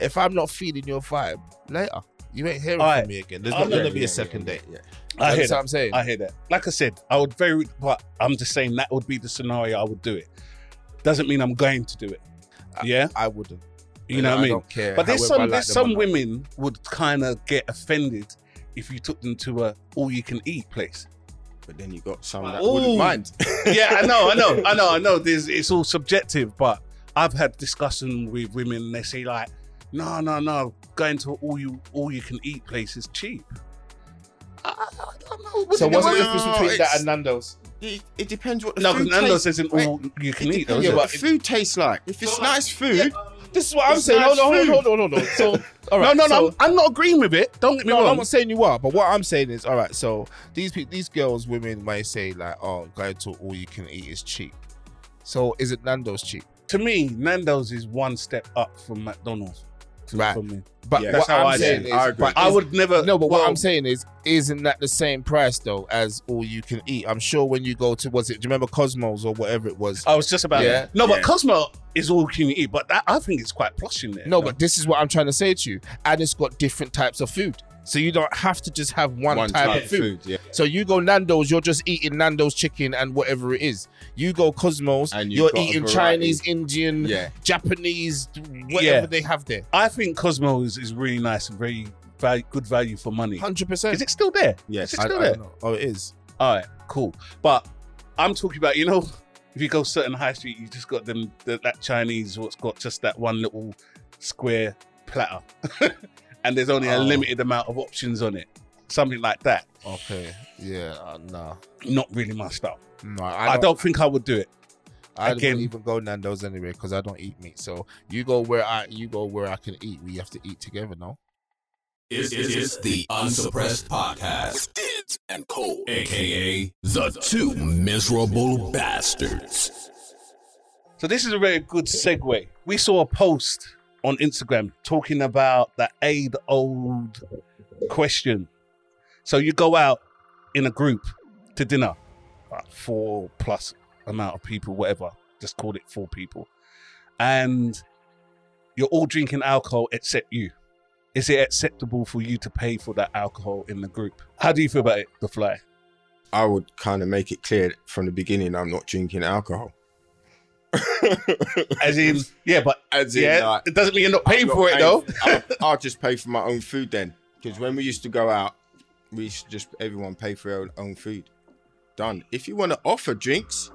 S1: If I'm not feeling your vibe, later. You ain't hearing
S2: Alright.
S1: from me again. There's
S2: I
S1: not
S2: know.
S1: going to be
S3: Yeah,
S1: a second
S3: yeah,
S1: date.
S3: yeah,
S2: I hear
S1: That's what
S2: that.
S1: I'm saying.
S2: I hear that. Like I said, I would very, but I'm just saying that would be the scenario I would do it. Doesn't mean I'm going to do it. Yeah.
S1: I wouldn't.
S2: You know what I
S1: Uh, I
S2: mean?
S1: don't care.
S2: But there's
S1: however
S2: some
S1: I like
S2: there's
S1: them
S2: some
S1: or not.
S2: women would kind of get offended if you took them to a all you can eat place.
S3: But then you got some that
S2: Ooh.
S3: wouldn't mind.
S2: yeah, I know, I know, I know, I know. There's it's all subjective, but I've had discussion with women. They say like, no, no, no, going to all you all you can eat place is cheap. I, I don't know. What
S1: So what's the
S2: do you want?
S3: women-
S1: difference between that
S3: it's-
S1: and Nando's?
S3: It, it depends what the
S2: no?
S3: food
S2: Because Nando's
S3: tastes-
S2: isn't
S3: Wait,
S2: all you can
S3: it
S2: eat.
S3: depends
S2: Those
S1: yeah,
S2: are-
S3: what
S1: but
S3: the
S1: it-
S3: food tastes like. If it's nice food,
S1: This is what I'm
S3: It's
S1: saying.
S3: nice
S1: Hold on,
S3: food.
S1: hold on, hold on, hold on. So, all right,
S2: no, no,
S1: so-
S2: no. I'm, I'm not agreeing with it. Don't get me
S1: No, I'm
S2: wrong.
S1: not saying you are, but what I'm saying is, all right. So these people, these girls, women might say like, "Oh, going to all you can eat is cheap." So is it Nando's cheap?
S2: to me, Nando's is one step up from McDonald's.
S1: Right.
S2: from me.
S1: But
S3: Yeah,
S1: what
S2: that's how
S1: I'm
S2: I
S1: saying
S3: do.
S1: is,
S3: I agree.
S1: but
S2: I
S1: is-
S2: would never.
S1: No, but what
S2: Uh, well,
S1: I'm saying is, isn't that the same price though as all you can eat? I'm sure when you go to was it? Do you remember Cosmos or whatever it was?
S2: I was just about.
S1: Yeah.
S2: No, but
S3: Yeah.
S2: Cosmo is all you can eat, but that, I think it's quite plush in there.
S1: no, but this is what I'm trying to say to you. And it's got different types of food, so you don't have to just have one, type, of food.
S3: yeah.
S1: So you go Nando's, you're just eating Nando's chicken and whatever it is. You go Cosmos,
S3: And
S1: you're
S3: you've got a
S1: eating
S3: variety.
S1: Chinese, Indian,
S3: Yeah.
S1: Japanese, whatever
S2: Yeah.
S1: they have there.
S2: I think Cosmo is, is really nice and very value, good value for money.
S1: Hundred
S2: Is
S1: percent.
S2: it still there?
S3: Yes.
S2: Is it still there?
S1: Oh, it is.
S2: All right, cool. But I'm talking about you know, if you go certain high street, you just got them that, that Chinese what's got just that one little square platter, and there's only a
S1: Oh.
S2: limited amount of options on it. Something like that.
S1: Okay. Yeah. Uh, no.
S2: Not really my style.
S1: No.
S2: I don't, think I would do it.
S1: I
S2: Again-
S1: don't even go Nando's anyway because I don't eat meat. So you go where I you go where I can eat. We have to eat together, no?
S4: It is it's the Unsuppressed Podcast with Dids and Cole, aka the two miserable bastards.
S2: So this is a very good segue. We saw a post on Instagram talking about the aid old question. So you go out in a group to dinner, like four plus amount of people, whatever. Just call it four people, and you're all drinking alcohol except you. Is it acceptable for you to pay for that alcohol in the group? How do you feel about it, the fly?
S3: I would kind of make it clear from the beginning I'm not drinking alcohol.
S2: As in, yeah, but
S3: As in,
S2: yeah,
S3: like,
S2: it doesn't mean you're not paying
S3: I'm not
S2: for it though.
S3: I'll, I'll just pay for my own food then. Because when we used to go out, we used to just everyone pay for their own food. Done. If you want to offer drinks,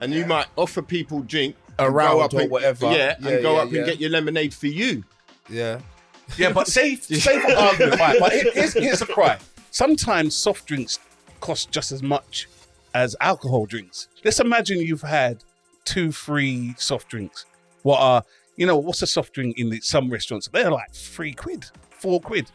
S3: and you might offer people drink
S1: A
S3: and go
S1: round
S3: up
S1: or
S3: and-
S1: whatever.
S3: Yeah,
S1: Yeah,
S3: and go
S1: yeah,
S3: up
S1: yeah.
S3: and get your lemonade for you.
S1: Yeah.
S2: Yeah, but say, say for argument, right, but here- here's, here's a cry. Sometimes soft drinks cost just as much as alcohol drinks. Let's imagine you've had two, three soft drinks. What are, you know, what's a soft drink in the, some restaurants? They're like three quid, four quid.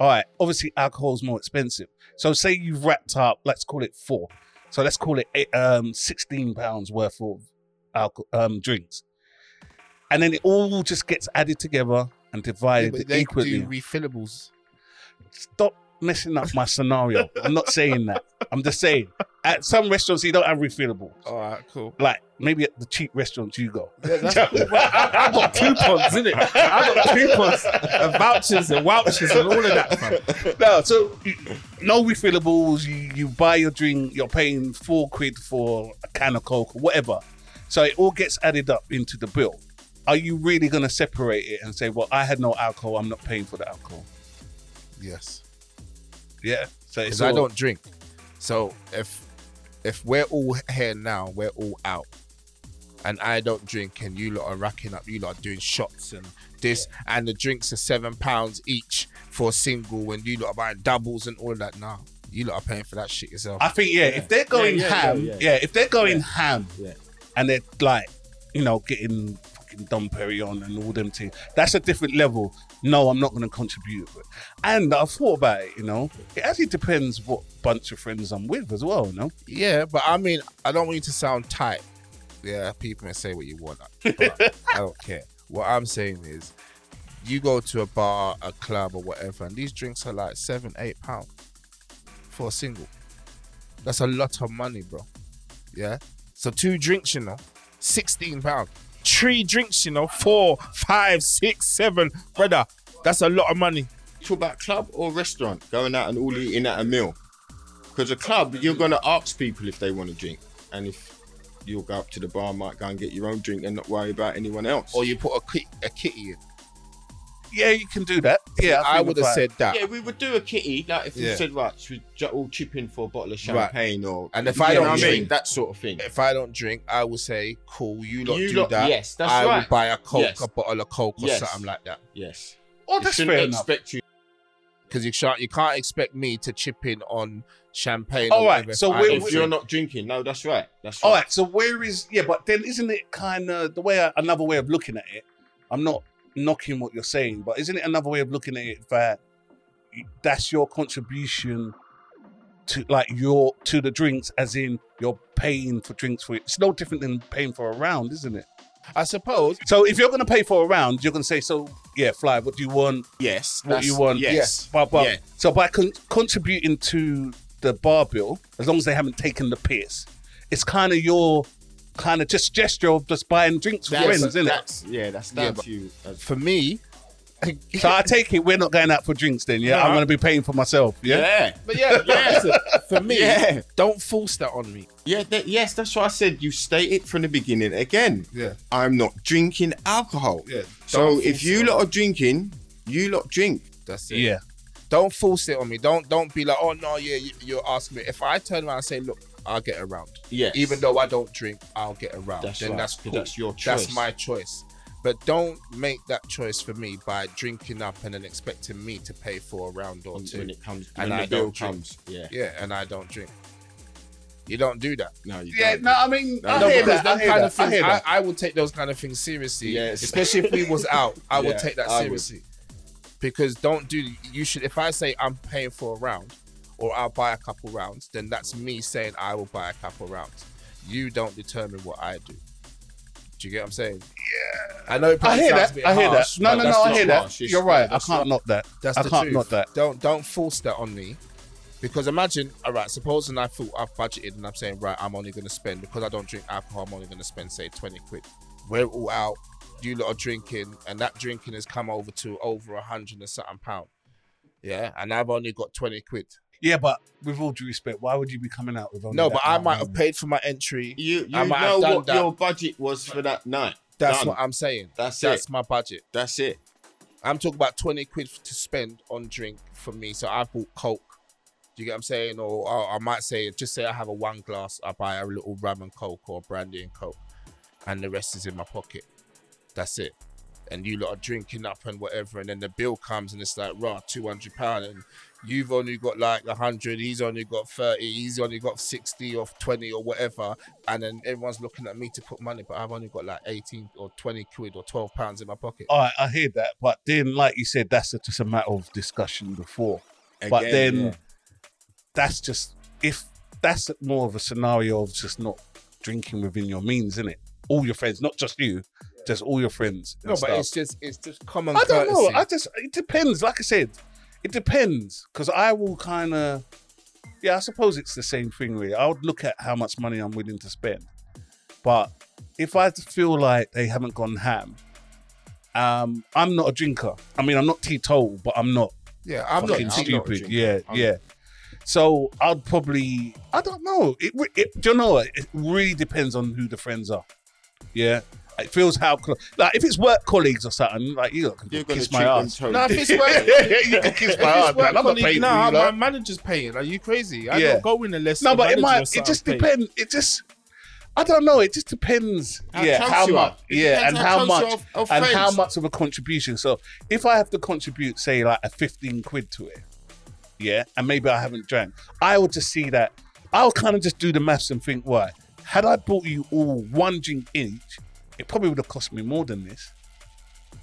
S2: All right, obviously alcohol's more expensive. So say you've wrapped up, let's call it four. So let's call it eight, um, 16 pounds worth of alcohol, um, drinks. And then it all just gets added together and divided
S1: but they
S2: equally
S1: do refillables.
S2: stop messing up my scenario. I'm not saying that. I'm just saying at some restaurants you don't have refillable.
S1: All right, cool.
S2: Like maybe at the cheap restaurants you go.
S5: I got coupons in it. I got coupons and vouchers and vouchers and all of that. fam.
S2: No, so you- no refillables. You, you buy your drink. You're paying four quid for a can of coke or whatever. So it all gets added up into the bill. Are you really going to separate it and say, "Well, I had no alcohol. I'm not paying for the alcohol."
S1: Yes.
S2: Yeah. So it's
S1: Because I
S2: all-
S1: don't drink. So if if we're all here now, we're all out. And I don't drink and you lot are racking up, you lot are doing shots and this and the drinks are seven pounds each for a single and you lot are buying doubles and all that. Nah. You lot are paying for that shit yourself.
S2: I think yeah, if they're going
S5: yeah,
S2: ham, yeah,
S5: yeah,
S2: if they're going ham,
S5: yeah.
S2: and they're like, you know, getting fucking Dom Perignon and all them things, that's a different level. No, I'm not going to contribute. And I've thought about it, you know, it actually depends what bunch of friends I'm with as well, you know.
S1: Yeah, but I mean, I don't want you to sound tight. Yeah, people can say what you want. but I don't care. What I'm saying is, you go to a bar, a club, or whatever, and these drinks are like seven, eight pounds for a single. That's a lot of money, bro. Yeah. So two drinks, you know, sixteen pound. Three drinks, you know, four, five, six, seven, brother. That's a lot of money.
S3: Talk about club or restaurant, going out and all eating at a meal. Because a club, you're going to ask people if they want to drink. And if you'll go up to the bar, might go and get your own drink and not worry about anyone else.
S1: Or you put a, ki- a kitty in.
S2: Yeah, you can do that. Yeah,
S1: I
S2: think
S1: would have
S2: about it.
S1: said that.
S3: Yeah, we would do a kitty. Like if
S1: Yeah.
S3: we said, right, should we ju- all chip in for a bottle
S1: Right.
S3: of champagne or
S1: And if
S3: You
S1: I
S3: know
S1: don't
S3: what
S1: drink-
S3: that sort of thing.
S1: if I don't drink, I will say, cool, you lot
S3: You
S1: do
S3: lot-
S1: that.
S3: yes, that's
S1: I will
S3: right.
S1: buy a Coke,
S3: Yes.
S1: a bottle of Coke or
S3: Yes.
S1: something like that.
S3: Yes,
S2: Oh,
S3: You
S2: that's
S3: shouldn't
S2: fair enough.
S3: expect you.
S1: Because you can't, you can't expect me to chip in on champagne.
S2: All
S1: or
S2: right,
S1: whatever
S2: so
S1: if I
S2: we're-
S1: don't
S3: If you're
S1: drink.
S3: not drinking, no, that's right. That's right.
S1: Oh,
S2: All right, so where is yeah? But then isn't it kind of the way I, another way of looking at it? I'm not knocking what you're saying, but isn't it another way of looking at it that that's your contribution to like your to the drinks, as in you're paying for drinks for it. It's no different than paying for a round, isn't it?
S1: I suppose.
S2: So if you're going to pay for a round, you're going to say, so yeah, fly. What do you want?
S3: Yes.
S2: What you want?
S3: Yes.
S2: But, but
S3: Yeah.
S2: so by con- contributing to the bar bill, as long as they haven't taken the piss, it's kind of your kind of just gesture of just buying drinks for friends, isn't it?
S3: that's, Yeah, that's down
S1: Yeah, but-
S3: to you. As,
S1: For me,
S2: So I take it we're not going out for drinks then. Yeah, I'm
S1: No.
S2: going to be paying for myself. Yeah.
S3: yeah.
S1: but yeah, yeah. listen, for me,
S3: Yeah.
S1: don't force that on me.
S3: Yeah, that, yes, that's why I said you state it from the beginning again.
S1: Yeah.
S3: I'm not drinking alcohol.
S1: Yeah,
S3: So
S1: don't
S3: if
S1: force
S3: you
S1: it.
S3: lot are drinking, you lot drink.
S1: That's it.
S2: Yeah.
S1: Don't force it on me. Don't don't be like, oh no, yeah, you, you're asking me. If I turn around and say, look, I'll get around.
S3: Yes.
S1: Even though I don't drink, I'll get around.
S3: That's
S1: then
S3: right.
S1: that's cool.
S3: That's your
S1: That's
S3: choice.
S1: my choice. But don't make that choice for me by drinking up and then expecting me to pay for a round or
S3: when
S1: two.
S3: when it comes,
S1: And
S3: when
S1: I
S3: the bill
S1: don't drink.
S3: comes, yeah.
S1: yeah, and I don't drink. You don't do that.
S3: No, you
S2: Yeah,
S3: don't.
S2: no, I mean, I
S3: No,
S2: hear
S1: because
S2: that. I
S1: them
S2: hear
S1: kind
S2: that.
S1: of
S2: I
S1: things-
S2: hear that.
S1: I, I would take those kind of things seriously.
S3: Yes.
S1: Especially if we was out, I would
S3: Yeah,
S1: take that
S3: I would.
S1: seriously. Because don't do you should if I say I'm paying for a round or I'll buy a couple rounds, then that's me saying I will buy a couple rounds. You don't determine what I do. Do you get what I'm saying? Yeah. I know it
S2: I
S1: probably
S2: hear
S1: sounds a
S2: that.
S1: bit
S2: I hear that.
S1: harsh,
S2: No,
S1: but
S2: no,
S1: that's
S2: no. I
S1: not
S2: hear that.
S3: harsh. It's-
S2: You're right. I
S3: that's
S2: can't knock that.
S1: that's
S2: I
S1: the
S2: can't
S1: truth.
S2: knock that.
S1: Don't don't force that on me. Because imagine, all right, supposing I thought I've budgeted and I'm saying, right, I'm only gonna spend because I don't drink alcohol, I'm only gonna spend say twenty quid. We're all out, you lot are drinking, and that drinking has come over to over a hundred and something pound. Yeah, and I've only got twenty quid.
S2: Yeah, but with all due respect, why would you be coming out with only
S1: No,
S2: that
S1: but I
S2: amount
S1: might
S2: of
S1: have
S2: money?
S1: paid for my entry.
S3: You, you
S1: I might
S3: know
S1: have done
S3: what
S1: that.
S3: your budget was for that night.
S1: That's
S3: Done.
S1: what I'm saying.
S3: That's
S1: That's
S3: it.
S1: my budget.
S3: That's it.
S1: I'm talking about 20 quid to spend on drink for me. So I bought Coke. Do you get what I'm saying? Or I, I might say, just say I have a one glass, I buy a little rum and Coke or brandy and Coke, and the rest is in my pocket. That's it. And you lot are drinking up and whatever, and then the bill comes and it's like, rah, two hundred pound, and you've only got like hundred, he's only got thirty, he's only got sixty or twenty or whatever, and then everyone's looking at me to put money, but I've only got like eighteen or twenty quid or twelve pounds in my pocket.
S2: All right, I hear that, but then, like you said, that's just a matter of discussion before. but
S3: Again,
S2: then,
S3: yeah.
S2: that's just if that's more of a scenario of just not drinking within your means, isn't it? All your friends, not just you, just all your friends. and
S1: No, but
S2: stuff.
S1: it's just it's just common
S2: I don't
S1: courtesy.
S2: know. I just it depends. Like I said, it depends because I will kind of yeah. I suppose it's the same thing. Really, I would look at how much money I'm willing to spend, but if I feel like they haven't gone ham, um, I'm not a drinker. I mean, I'm not teetotal, but I'm not
S1: yeah, I'm not
S2: fucking
S1: I'm not-
S2: stupid.
S3: drinker.
S2: yeah,
S3: I'm-
S2: yeah. So I'd probably I don't know. It, re- it do you know what? it really depends on who the friends are. Yeah. It feels how close. Like if it's work colleagues or something, like you lot can
S3: you're going to
S2: kiss
S3: treat
S2: my
S3: them
S2: ass.
S3: totally.
S1: Nah, if it's work,
S2: you can kiss
S1: if
S2: my ass,
S1: it's work,
S2: oh, man. I'm not
S1: colleague,
S2: paying
S1: nah,
S2: for you,
S1: my
S2: lot.
S1: manager's paying. Are you crazy? I
S2: Yeah.
S1: don't go in unless
S2: No,
S1: the
S2: but
S1: manager
S2: it
S1: or
S2: might. It
S1: something
S2: just
S1: pays.
S2: depends. It just. I don't know. It just depends.
S3: How
S2: yeah,
S3: close
S2: how
S3: you
S2: much?
S3: are. It
S2: Yeah, and
S3: depends how
S2: how
S3: close
S2: much?
S3: you're of- of
S2: and how
S3: friends.
S2: much of a contribution? So, if I have to contribute, say like a fifteen quid to it, yeah, and maybe I haven't drank, I would just see that. I'll kind of just do the maths and think, why? Had I bought you all one drink each, it probably would have cost me more than this. Do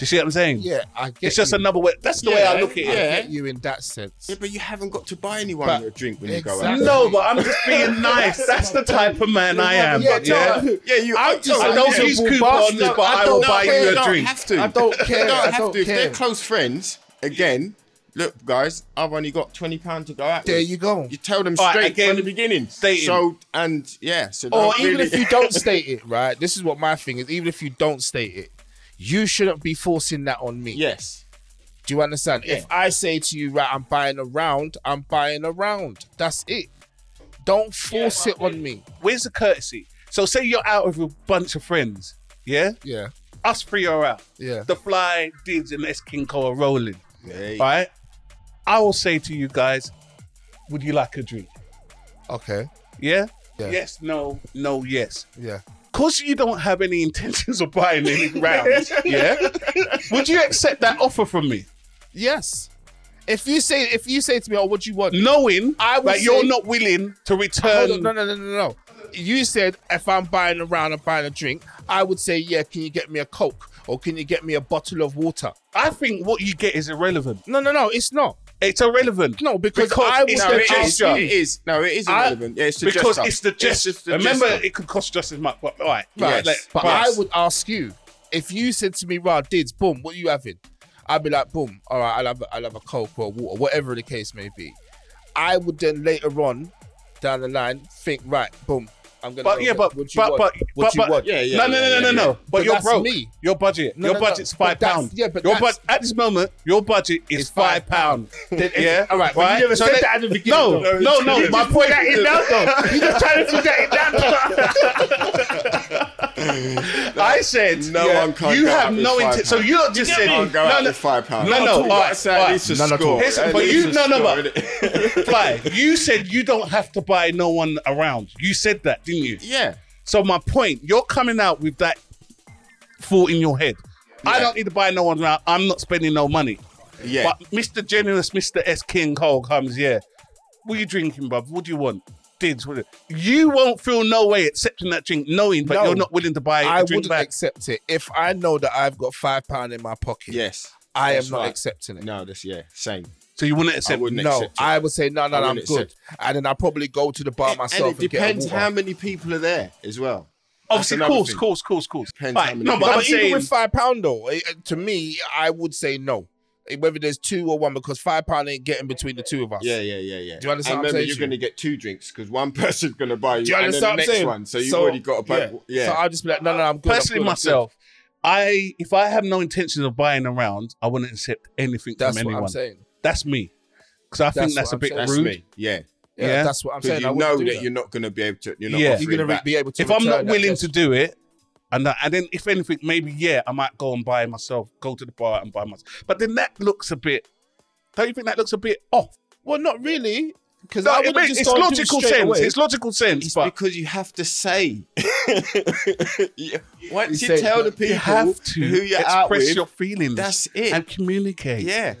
S2: you see what I'm saying?
S1: Yeah, I get
S2: It's just
S1: you.
S2: another way. That's the way I
S3: Yeah,
S2: look at
S1: I
S2: it.
S1: get you in that sense.
S3: Yeah, but you haven't got to buy anyone
S1: But-
S3: a drink when you
S1: Exactly.
S3: go out.
S2: No, but I'm just being nice. That's the type of man I am.
S1: Yeah,
S2: but yeah.
S1: no,
S3: Yeah, you.
S2: I'm just I don't use
S1: miserable
S2: coupons,
S1: bastard.
S2: but I, will
S1: don't
S2: buy
S1: care.
S2: you
S1: I
S2: a
S1: don't
S2: drink.
S3: have to.
S1: I don't care.
S3: They
S1: I
S3: don't have
S1: don't
S3: to. If they're
S1: care.
S3: close friends, again, look, guys, I've only got twenty pounds to go out.
S1: There
S3: with.
S1: you go.
S3: You tell them
S2: All right,
S3: straight
S2: again,
S3: from the beginning.
S2: stating.
S3: So and yeah, so
S1: Or
S3: don't
S1: even
S3: really-
S1: if you don't state it, right? This is what my thing is. Even if you don't state it, you shouldn't be forcing that on me.
S3: yes,
S1: Do you understand? If I say to you, right, I'm buying a round, I'm buying a round. That's it. Don't force it on me.
S2: Where's the courtesy? So say you're out with a bunch of friends. Yeah?
S1: Yeah,
S2: Us three are out.
S1: yeah.
S2: The Fly, Diggs, and S King Cole are rolling.
S3: Hey,
S2: Right? I will say to you guys, would you like a drink?
S1: Okay.
S2: Yeah?
S1: Yeah.
S2: Yes, no, no, yes.
S1: Yeah.
S2: Because you don't have any intentions of buying any rounds, yeah? Would you accept that offer from me?
S1: Yes. If you say if you say to me, "Oh, what do you want?"
S2: Knowing
S1: I would
S2: that you're
S1: say-
S2: not willing to
S1: Hold
S2: return.
S1: on, no, no, no, no, no. You said if I'm buying a round, I'm buying a drink. I would say, "Yeah, can you get me a coke or can you get me a bottle of water?"
S2: I think what you get is irrelevant.
S1: No, no, no. It's not.
S2: It's irrelevant.
S1: No, because,
S2: Because
S1: I
S2: it's
S1: was
S3: no,
S2: the
S1: the
S3: it is.
S2: gesture.
S3: No, it is. No, it is
S2: I-
S3: irrelevant. yeah, it's the
S2: because
S3: gesture.
S2: it's the gesture.
S3: just the
S2: Remember,
S3: gesture.
S2: it could cost just as much. But, all right,
S1: Right.
S3: Yes.
S2: like,
S1: but
S2: price.
S1: I would ask you if you said to me, "Rah, dids, boom, what you having?" I'd be like, "Boom, all right, I'll have a, I'll have a coke or a water, whatever the case may be." I would then later on down the line think, "Right, boom, I'm gonna."
S2: But
S1: go
S2: yeah,
S1: get-
S2: but
S1: what you
S2: but
S1: want?
S2: but
S1: what
S2: but,
S1: you
S2: but
S1: want?
S3: Yeah, yeah.
S2: no, no,
S3: yeah,
S2: no, no,
S3: yeah,
S2: no,
S3: yeah.
S2: no. But,
S1: But
S2: you're
S1: that's
S2: broke.
S1: me.
S2: Your budget.
S1: No,
S2: your
S1: no, no,
S2: budget's
S1: but
S2: five
S1: that's-
S2: pounds.
S1: yeah, but
S2: your
S1: that's-
S2: at this moment, your budget is
S1: It's five
S2: five pounds. yeah.
S1: all right, but you never said that at the beginning,
S2: No,
S1: though.
S2: no, no.
S1: You
S2: my
S1: just
S2: point.
S1: that in now,
S2: though. You just trying to put that in I said
S3: No
S2: yeah,
S3: one can
S2: You
S3: go out
S2: have
S3: with
S2: no
S3: five
S2: intent. So
S3: pounds.
S2: you lot just said
S3: I'll go
S2: no,
S3: out
S2: no,
S3: with five pounds.
S2: No, no.
S3: All
S2: all
S3: right,
S2: right,
S3: so
S2: all
S3: at
S2: right.
S3: least a
S1: None at all.
S3: score.
S2: Listen,
S3: At
S2: but
S3: least
S2: you-
S3: a
S2: no, no,
S3: score,
S2: but-
S3: innit?
S2: Fly, you said you don't have to buy no one around. You said that, didn't you?
S3: Yeah.
S2: So my point, you're coming out with that thought in your head. I
S3: Yeah.
S2: don't need to buy no one around. I'm not spending no money.
S3: Yeah.
S2: But Mr. Generous, Mr. S. King Cole comes, yeah. What you drinking, bruv? What do you want? Dids. What do you won't feel no way accepting that drink, knowing but
S1: No.
S2: you're not willing to buy
S1: I
S2: a drink
S1: wouldn't
S2: back.
S1: accept it if I know that I've got five pound in my pocket.
S3: yes.
S1: I am
S3: That's
S1: not
S3: right.
S1: accepting it.
S3: No, that's yeah. Same.
S2: so you wouldn't
S3: I
S2: accept.
S3: wouldn't
S1: No,
S3: accept it.
S1: I would say no, no,
S3: I
S1: no I'm
S3: wouldn't
S1: good,
S3: accept
S1: and then I probably go to the bar myself
S3: and it depends
S1: get a water.
S3: how many people are there as well.
S2: Obviously,
S3: another
S2: course,
S3: thing.
S2: course, course, course.
S3: Depends
S2: Right,
S3: how many
S2: no, but
S3: people.
S2: I'm
S3: But
S1: even
S2: saying
S1: with five pound though, eh, eh, to me, I would say no. Eh, Whether there's two or one, because five pound ain't getting between the two of us.
S3: Yeah, yeah, yeah, yeah.
S1: Do you understand
S3: And
S1: what I'm
S3: remember,
S1: saying to
S3: you're
S1: you?
S3: going to get two drinks because one person's going to buy you,
S1: Do you
S3: and then
S1: understand what
S3: the
S1: I'm
S3: next
S1: saying?
S3: one. So you've already got a bag. Yeah.
S1: So I'll just be like, no, no, I'm good. I'm
S2: personally
S1: good, I'm
S2: myself, I if I have no intention of buying around, I wouldn't accept anything
S1: good. That's
S2: from
S1: what
S2: anyone.
S1: I'm saying.
S2: That's me. Because I
S1: That's
S2: think that's
S1: what
S2: a
S1: I'm
S2: bit
S1: saying.
S3: That's
S2: rude.
S3: me. Yeah.
S1: Yeah,
S2: Yeah.
S1: that's what I'm
S3: Because
S1: saying. I
S3: you
S1: wouldn't
S3: know
S1: do
S3: that you're not going to be able to. You're not.
S2: Yeah.
S3: Yeah.
S2: You're
S1: You're gonna be able to.
S2: If I'm not
S1: return that
S2: willing
S1: gesture.
S2: to do it, and I, and then if anything, maybe yeah, I might go and buy myself, go to the bar and buy myself. But then that looks a bit. Don't you think that looks a bit off?
S1: well, not really, because
S2: No,
S1: I
S2: it
S1: would
S2: makes,
S1: just
S2: it's
S1: go and do
S2: logical
S1: straight
S2: sense.
S1: away.
S2: It's logical sense,
S3: It's
S2: but
S3: because you have to say. Yeah. Once
S1: You
S3: you,
S1: say-
S3: tell the
S1: you
S3: people
S2: you have to
S3: who you're
S2: express
S3: out with,
S2: your feelings.
S3: that's it.
S2: and communicate.
S3: yeah.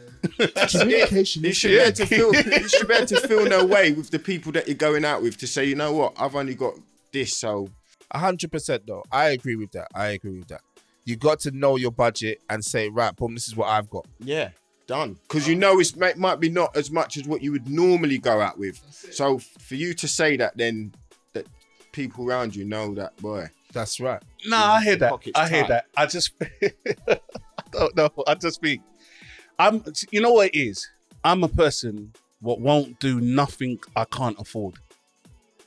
S1: communication.
S3: You
S1: is-
S3: should be able to feel. You should be able to feel no way with the people that you're going out with to say, you know what, I've only got this, so
S1: A hundred percent though. I agree with that. I agree with that. You got to know your budget and say, right, boom, this is what I've got.
S3: yeah, done. Because you know it's might, might be not as much as what you would normally go out with. So f- for you to say that, then that people around you know that boy.
S1: That's right.
S2: No, I hear that.
S3: pockets
S2: I hear
S3: tight.
S2: that. I just, I don't know. I just think, I'm. You know what it is? I'm a person what won't do nothing I can't afford.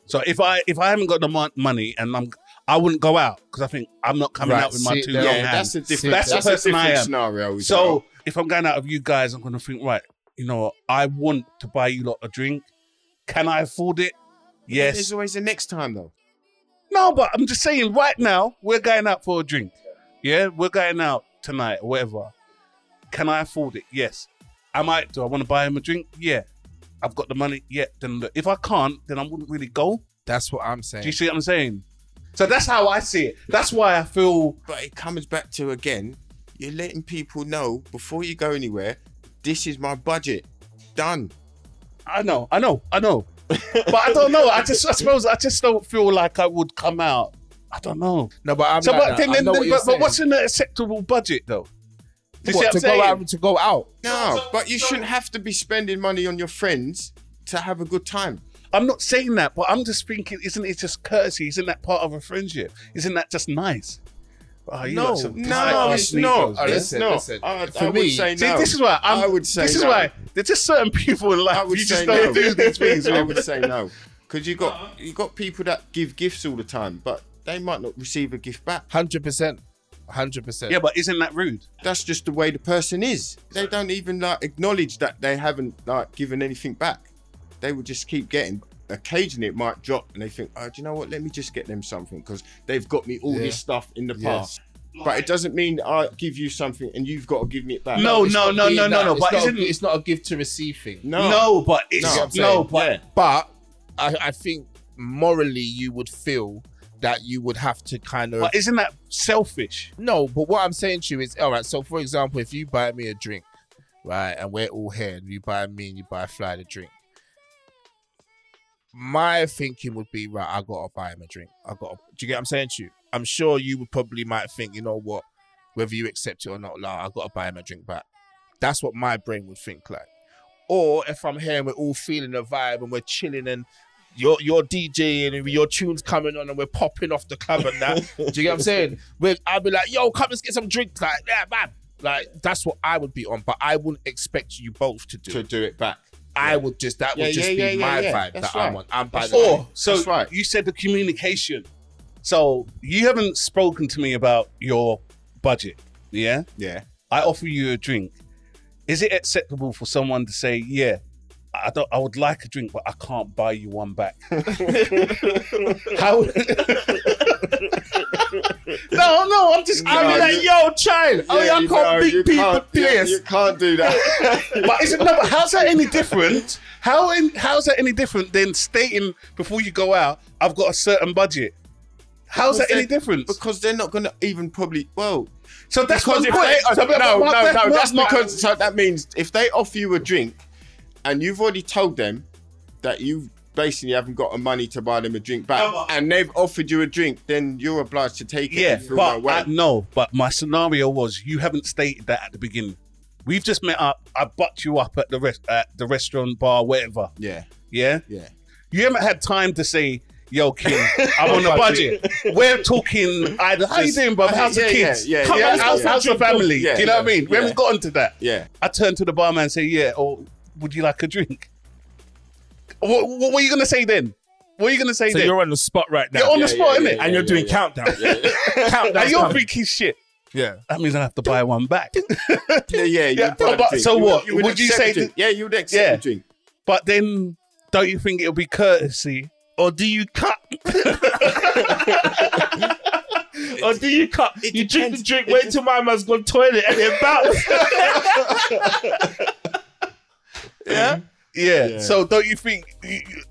S2: So if I if I haven't got the mon- money and I'm I wouldn't go out because I think I'm not coming
S1: Right,
S2: out with my
S1: see,
S2: two
S1: yeah,
S2: long
S3: Yeah,
S2: hands.
S3: that's a different.
S1: That's
S3: That's,
S1: the
S3: a
S2: person I
S3: different
S2: am.
S3: scenario. we
S2: So
S3: got.
S2: if I'm going out of you guys, I'm gonna think right. You know what? I want to buy you lot a drink. Can I afford it? Yes.
S3: there's always the next time though.
S2: No, but I'm just saying right now, we're going out for a drink. Yeah, we're going out tonight or whatever. Can I afford it? Yes. Am I do I want to buy him a drink? Yeah. I've got the money. Yeah. Then look, if I can't, then I wouldn't really go.
S1: That's what I'm saying.
S2: Do you see what I'm saying? So that's how I see it. That's why I feel
S3: But it comes back to again, you're letting people know before you go anywhere. This is my budget. Done.
S2: I know, I know, I know. but I don't know. I just I suppose I just don't feel like I would come out. I don't know.
S1: No, but I'm
S2: So
S1: like
S2: but
S1: that.
S2: then,
S1: I
S2: then,
S1: know
S2: then-
S1: what you're
S2: but, but
S1: saying.
S2: what's an acceptable budget though? Do you see
S1: What,
S2: what
S1: to
S2: I'm saying?
S1: go out to go out?
S3: No, but you shouldn't have to be spending money on your friends to have a good time.
S2: I'm not saying that, but I'm just thinking, isn't it just courtesy? Isn't that part of a friendship? Isn't that just nice? Oh, you
S1: No,
S2: got some
S1: no,
S2: tight
S1: it's
S2: sneakers,
S3: not.
S2: man.
S3: It's
S1: listen,
S3: not.
S1: listen.
S3: I-
S1: For
S3: I would
S1: me,
S3: say
S2: See,
S3: no.
S2: this is why I'm,
S3: I would say
S2: this is
S3: no.
S2: why there's just certain people in life
S3: I would
S2: you
S3: say
S2: just don't
S3: no.
S2: do these things. Uh-huh.
S3: I
S2: with.
S3: would say no, because you got you got people that give gifts all the time, but they might not receive a gift back.
S1: Hundred percent, hundred percent.
S2: Yeah, but isn't that rude?
S3: That's just the way the person is. They don't even like acknowledge that they haven't like given anything back. They will just keep getting. Occasionally, it might drop, and they think, "Oh, do you know what? Let me just get them something because they've got me all
S1: Yeah.
S3: this stuff in the
S1: Yes.
S3: past." But it doesn't mean I give you something and you've got to give me it back.
S2: No,
S1: It's
S2: no,
S1: not
S2: no,
S1: being
S2: no, no,
S1: that.
S2: no.
S1: It's
S2: But
S1: not a-
S2: isn't
S1: it's not a give to receive thing.
S3: no,
S2: no, but it's
S3: No,
S2: no,
S1: I'm saying,
S2: but
S3: yeah.
S1: But I, I think morally, you would feel that you would have to kind of
S2: but isn't that selfish?
S1: No, but what I'm saying to you is, all right. So, for example, if you buy me a drink, right, and we're all here, and you buy me and you buy Fly the drink, my thinking would be, right, I gotta buy him a drink. I gotta. Do you get what I'm saying to you? I'm sure you would probably might think, you know what, whether you accept it or not, like, I gotta buy him a drink back. That's what my brain would think like. Or if I'm here and we're all feeling the vibe and we're chilling and you're, you're DJing and your tunes coming on and we're popping off the club and that. do you get what I'm saying? we I'd be like, yo, come let's get some drinks. Like, yeah, man. Like, that's what I would be on, but I wouldn't expect you both to do
S3: to
S1: it.
S3: do it back.
S1: I would just, that
S3: Yeah,
S1: would just
S3: yeah, yeah,
S1: be
S3: yeah,
S1: my
S3: yeah.
S1: vibe
S3: That's
S1: that I'm
S3: right.
S1: on. I'm by
S3: That's
S1: the way.
S2: Or so
S3: That's right.
S2: you said the communication. So you haven't spoken to me about your budget. Yeah,
S3: Yeah.
S2: I offer you a drink. Is it acceptable for someone to say, "Yeah, I don't, I would like a drink, but I can't buy you one back"? How?
S1: No, no, I'm just, I'd be
S3: No,
S1: like,
S3: you-
S1: yo, child. oh, yeah, I
S3: you
S1: can't
S3: know,
S1: big
S3: you
S1: people
S3: can't- you-
S1: players.
S3: You can't do that.
S2: But is it, no, but how's that any different? How in, how's that any different than stating before you go out, I've got a certain budget? How's that
S3: Because
S2: any
S3: they-
S2: different?
S3: because they're not gonna even probably. Well,
S2: So that's
S3: because
S2: my
S3: if
S2: point.
S3: they,
S2: So,
S3: no,
S2: but-
S3: no,
S2: but-
S3: no,
S2: but- but-
S3: that's
S2: but-
S3: because so that means if they offer you a drink, and you've already told them that you basically haven't got the money to buy them a drink back, and they've offered you a drink, then you're obliged to take it.
S2: Yeah,
S3: and feel no
S2: but
S3: way.
S2: I, no, but my scenario was you haven't stated that at the beginning. We've just met up. I bucked you up at the rest at the restaurant bar, whatever.
S3: yeah,
S2: Yeah,
S3: yeah.
S2: you haven't had time to say, "Yo, Kim, I'm on a budget." We're talking. Either, how you
S3: Just-
S2: doing, bub?
S3: yeah,
S2: How's the
S3: yeah,
S2: kids?
S3: yeah, yeah,
S2: Come
S3: yeah,
S2: on,
S3: yeah,
S2: how's,
S3: yeah.
S2: how's the family?
S3: Yeah,
S2: Do you know what I mean? We
S3: yeah.
S2: haven't gotten to that.
S3: Yeah.
S2: I turned to the barman and say, "Yeah, or would you like a drink?" What, what were you gonna say then? What are you gonna say
S5: So
S2: then?
S5: you're on the spot right now.
S2: You're on the
S3: Yeah,
S2: spot,
S3: yeah,
S2: isn't it?
S3: yeah,
S5: and you're doing
S3: yeah.
S5: countdown. countdown.
S2: and you're thinking shit.
S1: Yeah.
S2: That means I have to buy one back.
S3: Yeah, yeah, you
S2: Yeah,
S3: buy the
S2: but-
S3: drink.
S2: so
S3: You
S2: what?
S3: would
S2: Would you
S3: accept
S2: say
S3: a drink.
S2: that-
S3: Yeah, you would
S2: Yeah.
S3: accept a drink.
S2: But then, don't you think it'll be courtesy?
S5: or do you cut? or do you cut? you drink the drink, wait till my man's gone toilet and then bounce.
S2: Yeah? yeah.
S3: Yeah.
S2: So don't you think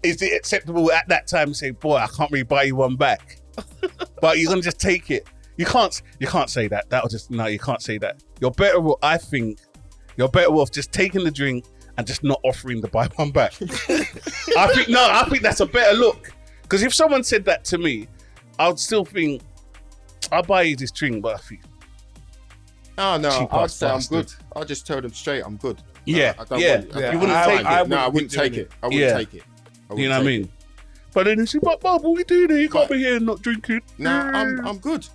S2: is it acceptable at that time to say, "Boy, I can't really buy you one back," but you're gonna just take it? You can't. You can't say that. That'll just no. You can't say that. You're better. off- I think you're better off just taking the drink and just not offering to buy one back. I think no. I think that's a better look. Because if someone said that to me, I'd still think I'll buy you this drink, but I think
S3: Oh no,
S2: Cheap
S3: I'd
S2: ass
S3: say I'm good.
S2: bastard.
S3: I'll just tell them straight I'm good.
S2: Yeah,
S3: I, I don't
S2: yeah.
S3: want it. I
S5: Yeah.
S3: don't
S2: You wouldn't
S3: want
S2: take
S3: it.
S5: I
S3: No, I
S5: wouldn't
S3: wouldn't
S5: be doing
S3: take it.
S5: it.
S3: I wouldn't
S2: Yeah.
S3: take it.
S2: you
S3: wouldn't
S2: know what I
S3: take
S2: mean. But then it's but Bob, what we do there? You can't
S3: But-
S2: be here not drinking.
S3: it. No, I'm I'm good.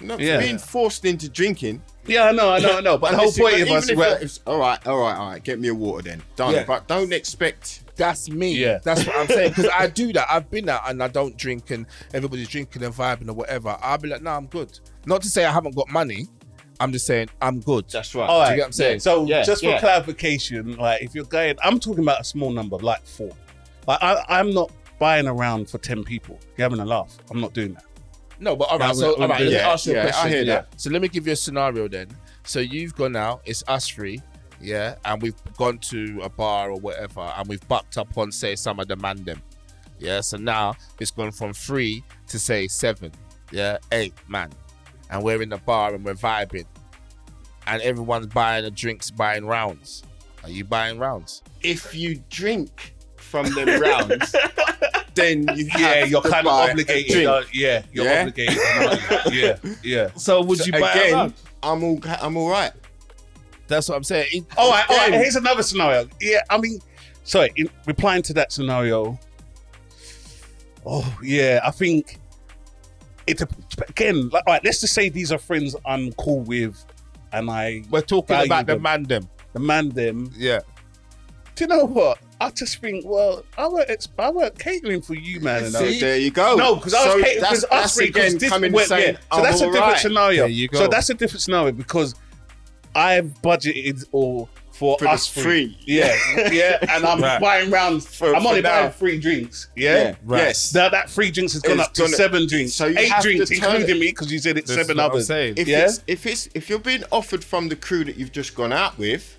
S3: No,
S2: Yeah.
S3: being forced into drinking.
S2: Yeah, I know, I know, I know. But the whole
S3: Listen,
S2: point of
S3: even
S2: us,
S3: if
S2: well,
S3: I- if- all right, all right, all right. Get me a water then. Done.
S1: Yeah.
S3: But don't expect.
S1: That's me.
S2: Yeah.
S1: That's what I'm saying. Because I do that. I've been out and I don't drink and everybody's drinking and vibing or whatever. I'll be like, no, I'm good. Not to say I haven't got money. I'm just saying I'm good.
S3: That's right.
S2: all right.
S1: get what I'm saying?
S2: So
S3: Yeah,
S2: just for
S3: yeah.
S2: clarification, like if you're going, I'm talking about a small number, like four. Like I, I'm not buying around for ten people. You're having a laugh. I'm not doing that.
S1: No, but all
S2: Yeah,
S1: right. So,
S2: we'll-
S1: all right.
S2: we'll
S1: Let
S2: do
S1: me
S3: that.
S1: ask you
S3: Yeah,
S1: a
S3: I
S1: question.
S3: hear
S1: yeah.
S3: that.
S1: So let me give you a scenario then. So you've gone out. It's us three. Yeah, and we've gone to a bar or whatever, and we've bucked up on say some of the man them. Yeah. So now it's gone from three to say seven. Yeah, eight man, and we're in the bar and we're vibing, and everyone's buying the drinks, buying rounds. Are you buying rounds?
S3: If you drink from them rounds, then you have
S2: Yeah, you're
S3: to
S2: kind of
S3: buy a
S2: obligated.
S3: drink.
S2: uh, yeah, you're
S3: Yeah?
S2: obligated. aren't you? yeah, yeah.
S5: So would you buy it?
S3: Again,
S5: around?
S3: I'm all I'm all right.
S1: That's what I'm saying. It-
S2: All right, all right.
S3: Again.
S2: oh, Here's another scenario. Yeah, I mean, sorry. In replying to that scenario, oh yeah, I think it dep- again. Like, all right, let's just say these are friends I'm cool with, and I
S1: We're talking
S2: Value
S1: about the
S2: them.
S1: man them.
S2: demand them.
S1: Yeah.
S2: Do you know what? I just think, well, I weren't, ex- I weren't catering for you, man. And I-
S3: So there you go.
S2: no, because I was
S3: So
S2: catering
S3: that's-
S2: for us
S3: that's
S2: three.
S3: again
S2: Because this
S3: coming
S2: went,
S3: saying, "Oh,
S2: yeah. So
S3: I'm
S2: that's a
S3: all
S2: different
S3: right.
S2: scenario.
S1: There you go.
S2: So that's a different scenario because I've budgeted all for,
S3: For the
S2: us
S3: three.
S2: Yeah, yeah, and I'm
S5: Right.
S2: buying rounds.
S3: For-
S2: I'm only
S3: for now.
S2: buying three drinks. Yeah.
S3: Yeah.
S1: Right.
S3: Yes.
S2: Now that three drinks has gone
S3: It's
S2: up to
S3: gonna-
S2: seven drinks,
S3: so you
S2: eight
S3: have to
S2: drinks,
S3: turn
S2: including me, because you said it's
S1: That's
S2: seven
S1: what I'm
S2: others.
S1: saying.
S3: if
S2: Yeah.
S3: it's if it's if you're being offered from the crew that you've just gone out with,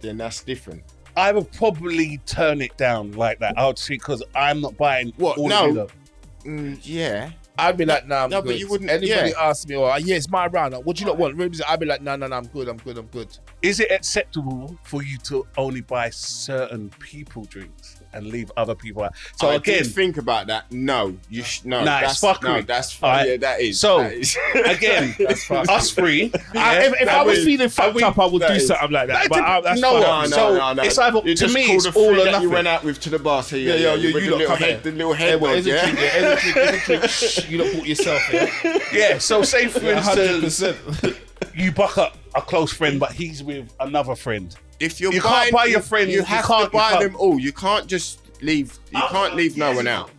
S3: then that's different.
S2: I would probably turn it down like that. I would see because I'm not buying
S3: What?
S2: all
S3: No.
S2: of it up.
S3: Mm, yeah.
S1: I'd be like, nah, I'm
S3: No,
S1: good.
S3: but you wouldn't-
S1: Anybody
S3: yeah.
S1: ask me, oh, yeah, it's my round. Like, what do you not want? Ribs? I'd be like, no, no, no, I'm good, I'm good, I'm good.
S2: is it acceptable for you to only buy certain people drinks? and leave other people out. So
S3: I
S2: again,
S3: did think about that. No, you sh- no.
S2: Nah,
S3: that's
S2: it's fuckery.
S3: No, that's fu-
S2: All right.
S3: yeah, that is.
S2: So,
S3: that is.
S2: again, us three.
S5: I,
S2: yeah,
S5: if if
S3: that
S5: I was
S3: is-
S5: feeling fucked
S3: we-
S5: up, I would
S3: that
S5: do
S3: is-
S5: something like that. But I, that's
S2: no,
S5: fine.
S3: no, no,
S2: so
S3: no, no.
S2: it's either to
S3: you just
S2: me
S3: called
S2: it's
S3: the
S2: all
S3: three
S2: or
S3: that
S2: nothing.
S3: You went out with to the bar. Say, yeah,
S5: Yeah,
S3: yeah,
S5: yo, you-
S3: with
S5: you
S3: the
S5: lot
S3: little
S5: come
S3: head, the
S5: here.
S3: little head nod,
S5: Everything,
S3: yeah.
S5: everything, everything, shh, you don't bought yourself. Yeah,
S2: yeah. So say for instance,
S5: 100%.
S2: you buck up a close friend, but he's with another friend.
S3: If you're
S2: You can't
S3: buying,
S2: buy your friend,
S3: You
S2: you
S3: have
S2: can't-
S3: to
S2: you
S3: buy
S2: can't.
S3: them all. You can't just leave. You can't leave no one out.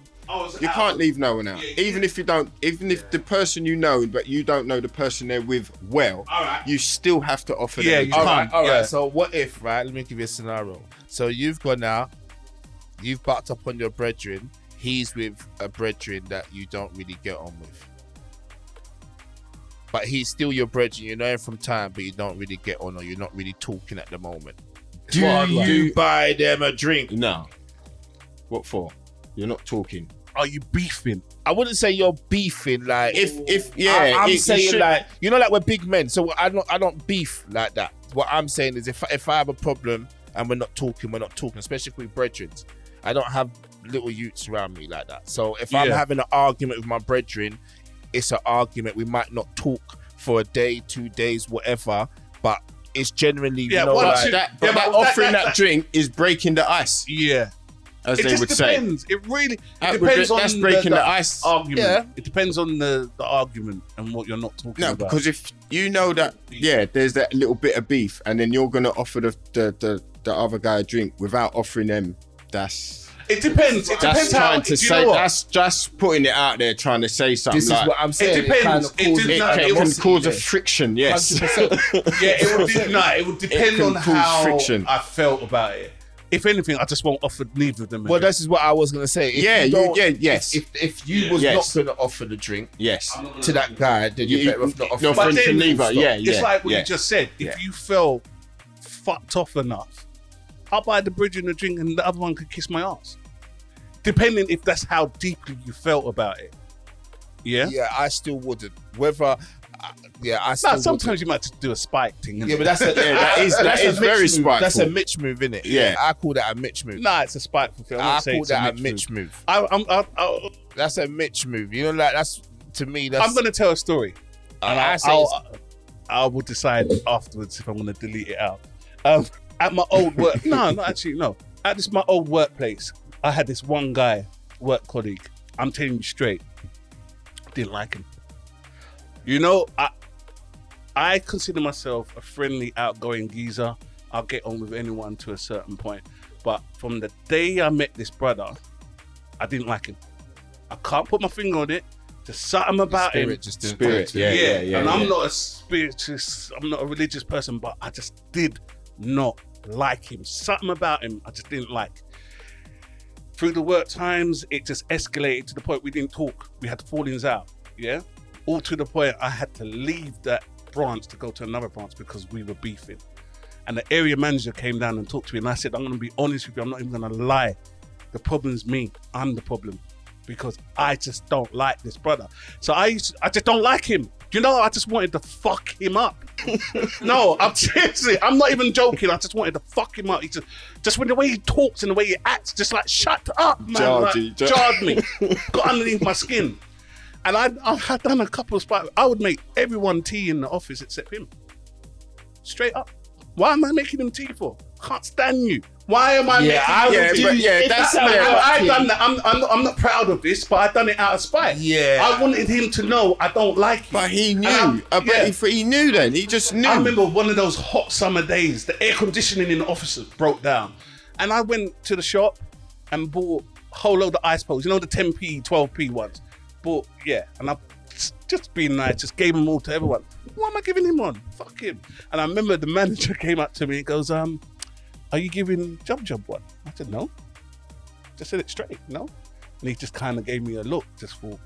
S3: You can't leave no one out. Even if you don't, even if the person you know, but you don't know the person they're with well, you still have to offer
S2: Oh. Yeah,
S3: them.
S2: you
S3: All
S1: All
S2: can't.
S1: right, all right.
S2: yeah.
S1: So what if, right? Let me give you a scenario. So you've gone out, you've backed up on your brethren. He's with a brethren that you don't really get on with, but he's still your brethren. You know him from time, but you don't really get on, or you're not really talking at the moment. Do you buy them a drink?
S3: No. What for? You're not talking.
S2: Are you beefing?
S1: I wouldn't say you're beefing. Like
S3: If if yeah,
S1: Oh. I, am
S3: it- you
S1: saying
S3: should-
S1: like you know, like we're big men, so I don't I don't beef like that. What I'm saying is, if if I have a problem and we're not talking, we're not talking, especially if we're brethren. I don't have little youths around me like that. So if I'm
S2: Yeah.
S1: having an argument with my brethren, it's an argument. We might not talk for a day, two days, whatever, but it's generally
S2: Yeah,
S1: you know,
S2: one,
S1: like,
S2: two-
S3: that, but
S2: Yeah,
S3: that
S2: but that-
S3: offering that,
S2: that-
S3: drink is breaking the ice,
S2: Yeah,
S3: as
S2: it
S3: they
S2: just
S3: would say.
S2: depends. It really it
S3: That would-
S2: depends on
S3: that's breaking the,
S2: the, Oh.
S3: ice.
S2: argument.
S1: Yeah.
S2: It depends on the, the argument and what you're not talking
S3: No,
S2: about.
S3: because if you know that, yeah, there's that little bit of beef, and then you're gonna offer the the, the, the other guy a drink without offering them. That's
S2: it depends. It
S3: that's
S2: depends how.
S3: trying
S2: Do
S3: to
S2: you know
S3: say.
S2: what?
S3: That's just putting it out there, trying to say something.
S1: this
S3: like,
S1: is what I'm saying.
S2: depends.
S1: kinda
S2: It
S1: causes
S2: did-
S3: it,
S2: no,
S3: can-
S2: it
S3: can
S2: wasn't
S3: cause a
S1: there.
S3: friction. Yes.
S1: 100%.
S2: Yeah, it would, de- no, it would depend
S3: It can
S2: on
S3: cause
S2: how
S3: friction.
S2: I felt about it. If anything, I just won't offer neither of them. a
S1: Well,
S2: drink.
S1: this is what I was gonna say. If
S3: yeah. You,
S1: don't-
S3: yeah. Yes.
S1: If if you was
S3: Yes.
S1: not gonna offer the drink
S3: yes.
S1: to that guy, then you're
S3: You-
S1: better off not
S3: no,
S1: offering.
S3: but
S1: it.
S3: friends can leave her, yeah,
S2: It's
S3: yeah,
S2: like what
S3: yeah.
S2: you just said. If
S3: Yeah.
S2: you feel fucked off enough, I'll buy the bridge and a drink, and the other one could kiss my ass. Depending if that's how deeply you felt about it. Yeah.
S1: Yeah, I still wouldn't. Whether, uh, yeah, I still.
S2: Nah, sometimes you might just do a spike thing.
S1: Wouldn't.
S2: innit?
S1: Yeah, but that's a,
S3: Yeah, that is- that
S1: that's a
S3: is very
S1: Mitch move. That's a
S3: spiteful.
S1: Mitch move, isn't it?
S3: Yeah.
S1: I call that a Mitch move.
S2: nah, it's a spiteful thing.
S1: I
S2: I,
S1: call that a Mitch move.
S2: I, I'm, I, I,
S1: That's a Mitch move. You know, like that's to me. That's
S2: I'm going to tell a story.
S1: I, I say it's-
S2: I'll, I will decide afterwards if I'm going to delete it out. Um, at my old work, no, not actually, no. At this my old workplace, I had this one guy, work colleague. I'm telling you straight, didn't like him. You know, I I consider myself a friendly, outgoing geezer. I'll get on with anyone to a certain point, but from the day I met this brother, I didn't like him. I can't put my finger on it. There's something about
S1: spirit
S2: him
S1: just didn't talk
S3: Spirit.
S1: to
S3: Yeah.
S1: me.
S3: Yeah. Yeah.
S2: and I'm
S3: yeah.
S2: not a spiritualist. I'm not a religious person, but I just did not like him. Something about him I just didn't like. Through the work times, it just escalated to the point we didn't talk. We had fallings out. Yeah, all to the point I had to leave that branch to go to another branch because we were beefing. And the area manager came down and talked to me, and I said, "I'm going to be honest with you. I'm not even going to lie. The problem's me. I'm the problem." Because I just don't like this brother. So I used to, I just don't like him. You know, I just wanted to fuck him up. no, I'm seriously, I'm not even joking. I just wanted to fuck him up. He just, just with the way he talks and the way he acts, just like shut up, man. Like,
S3: Jardy, jar-
S2: jarred me, got underneath my skin. And I, I had done a couple of spikes. I would make everyone tea in the office except him. Straight up. Why am I making him tea for? can't stand you. Why am I making
S1: I
S2: him
S1: would
S3: Yeah,
S2: tea?
S3: but yeah,
S1: If
S3: that's
S1: that's how
S2: I,
S1: it
S3: yeah.
S1: works,
S2: I, I've
S1: yeah.
S2: done that. I'm, I'm, not, I'm not proud of this, but I've done it out of spite.
S1: Yeah.
S2: I wanted him to know I don't like you.
S3: But he knew. I
S2: I'm-
S3: bet
S2: yeah.
S3: he, f- he knew then. He just knew.
S2: I remember one of those hot summer days, the air conditioning in the office broke down. And I went to the shop and bought a whole load of ice poles, you know, the 10p, 12p ones. Bought, yeah. And I just being nice, just gave them all to everyone. What am I giving him on? Fuck him. And I remember the manager came up to me and goes, um, Are you giving Job Job one? I said, No. Just said it straight, no. And he just kind of gave me a look, just for,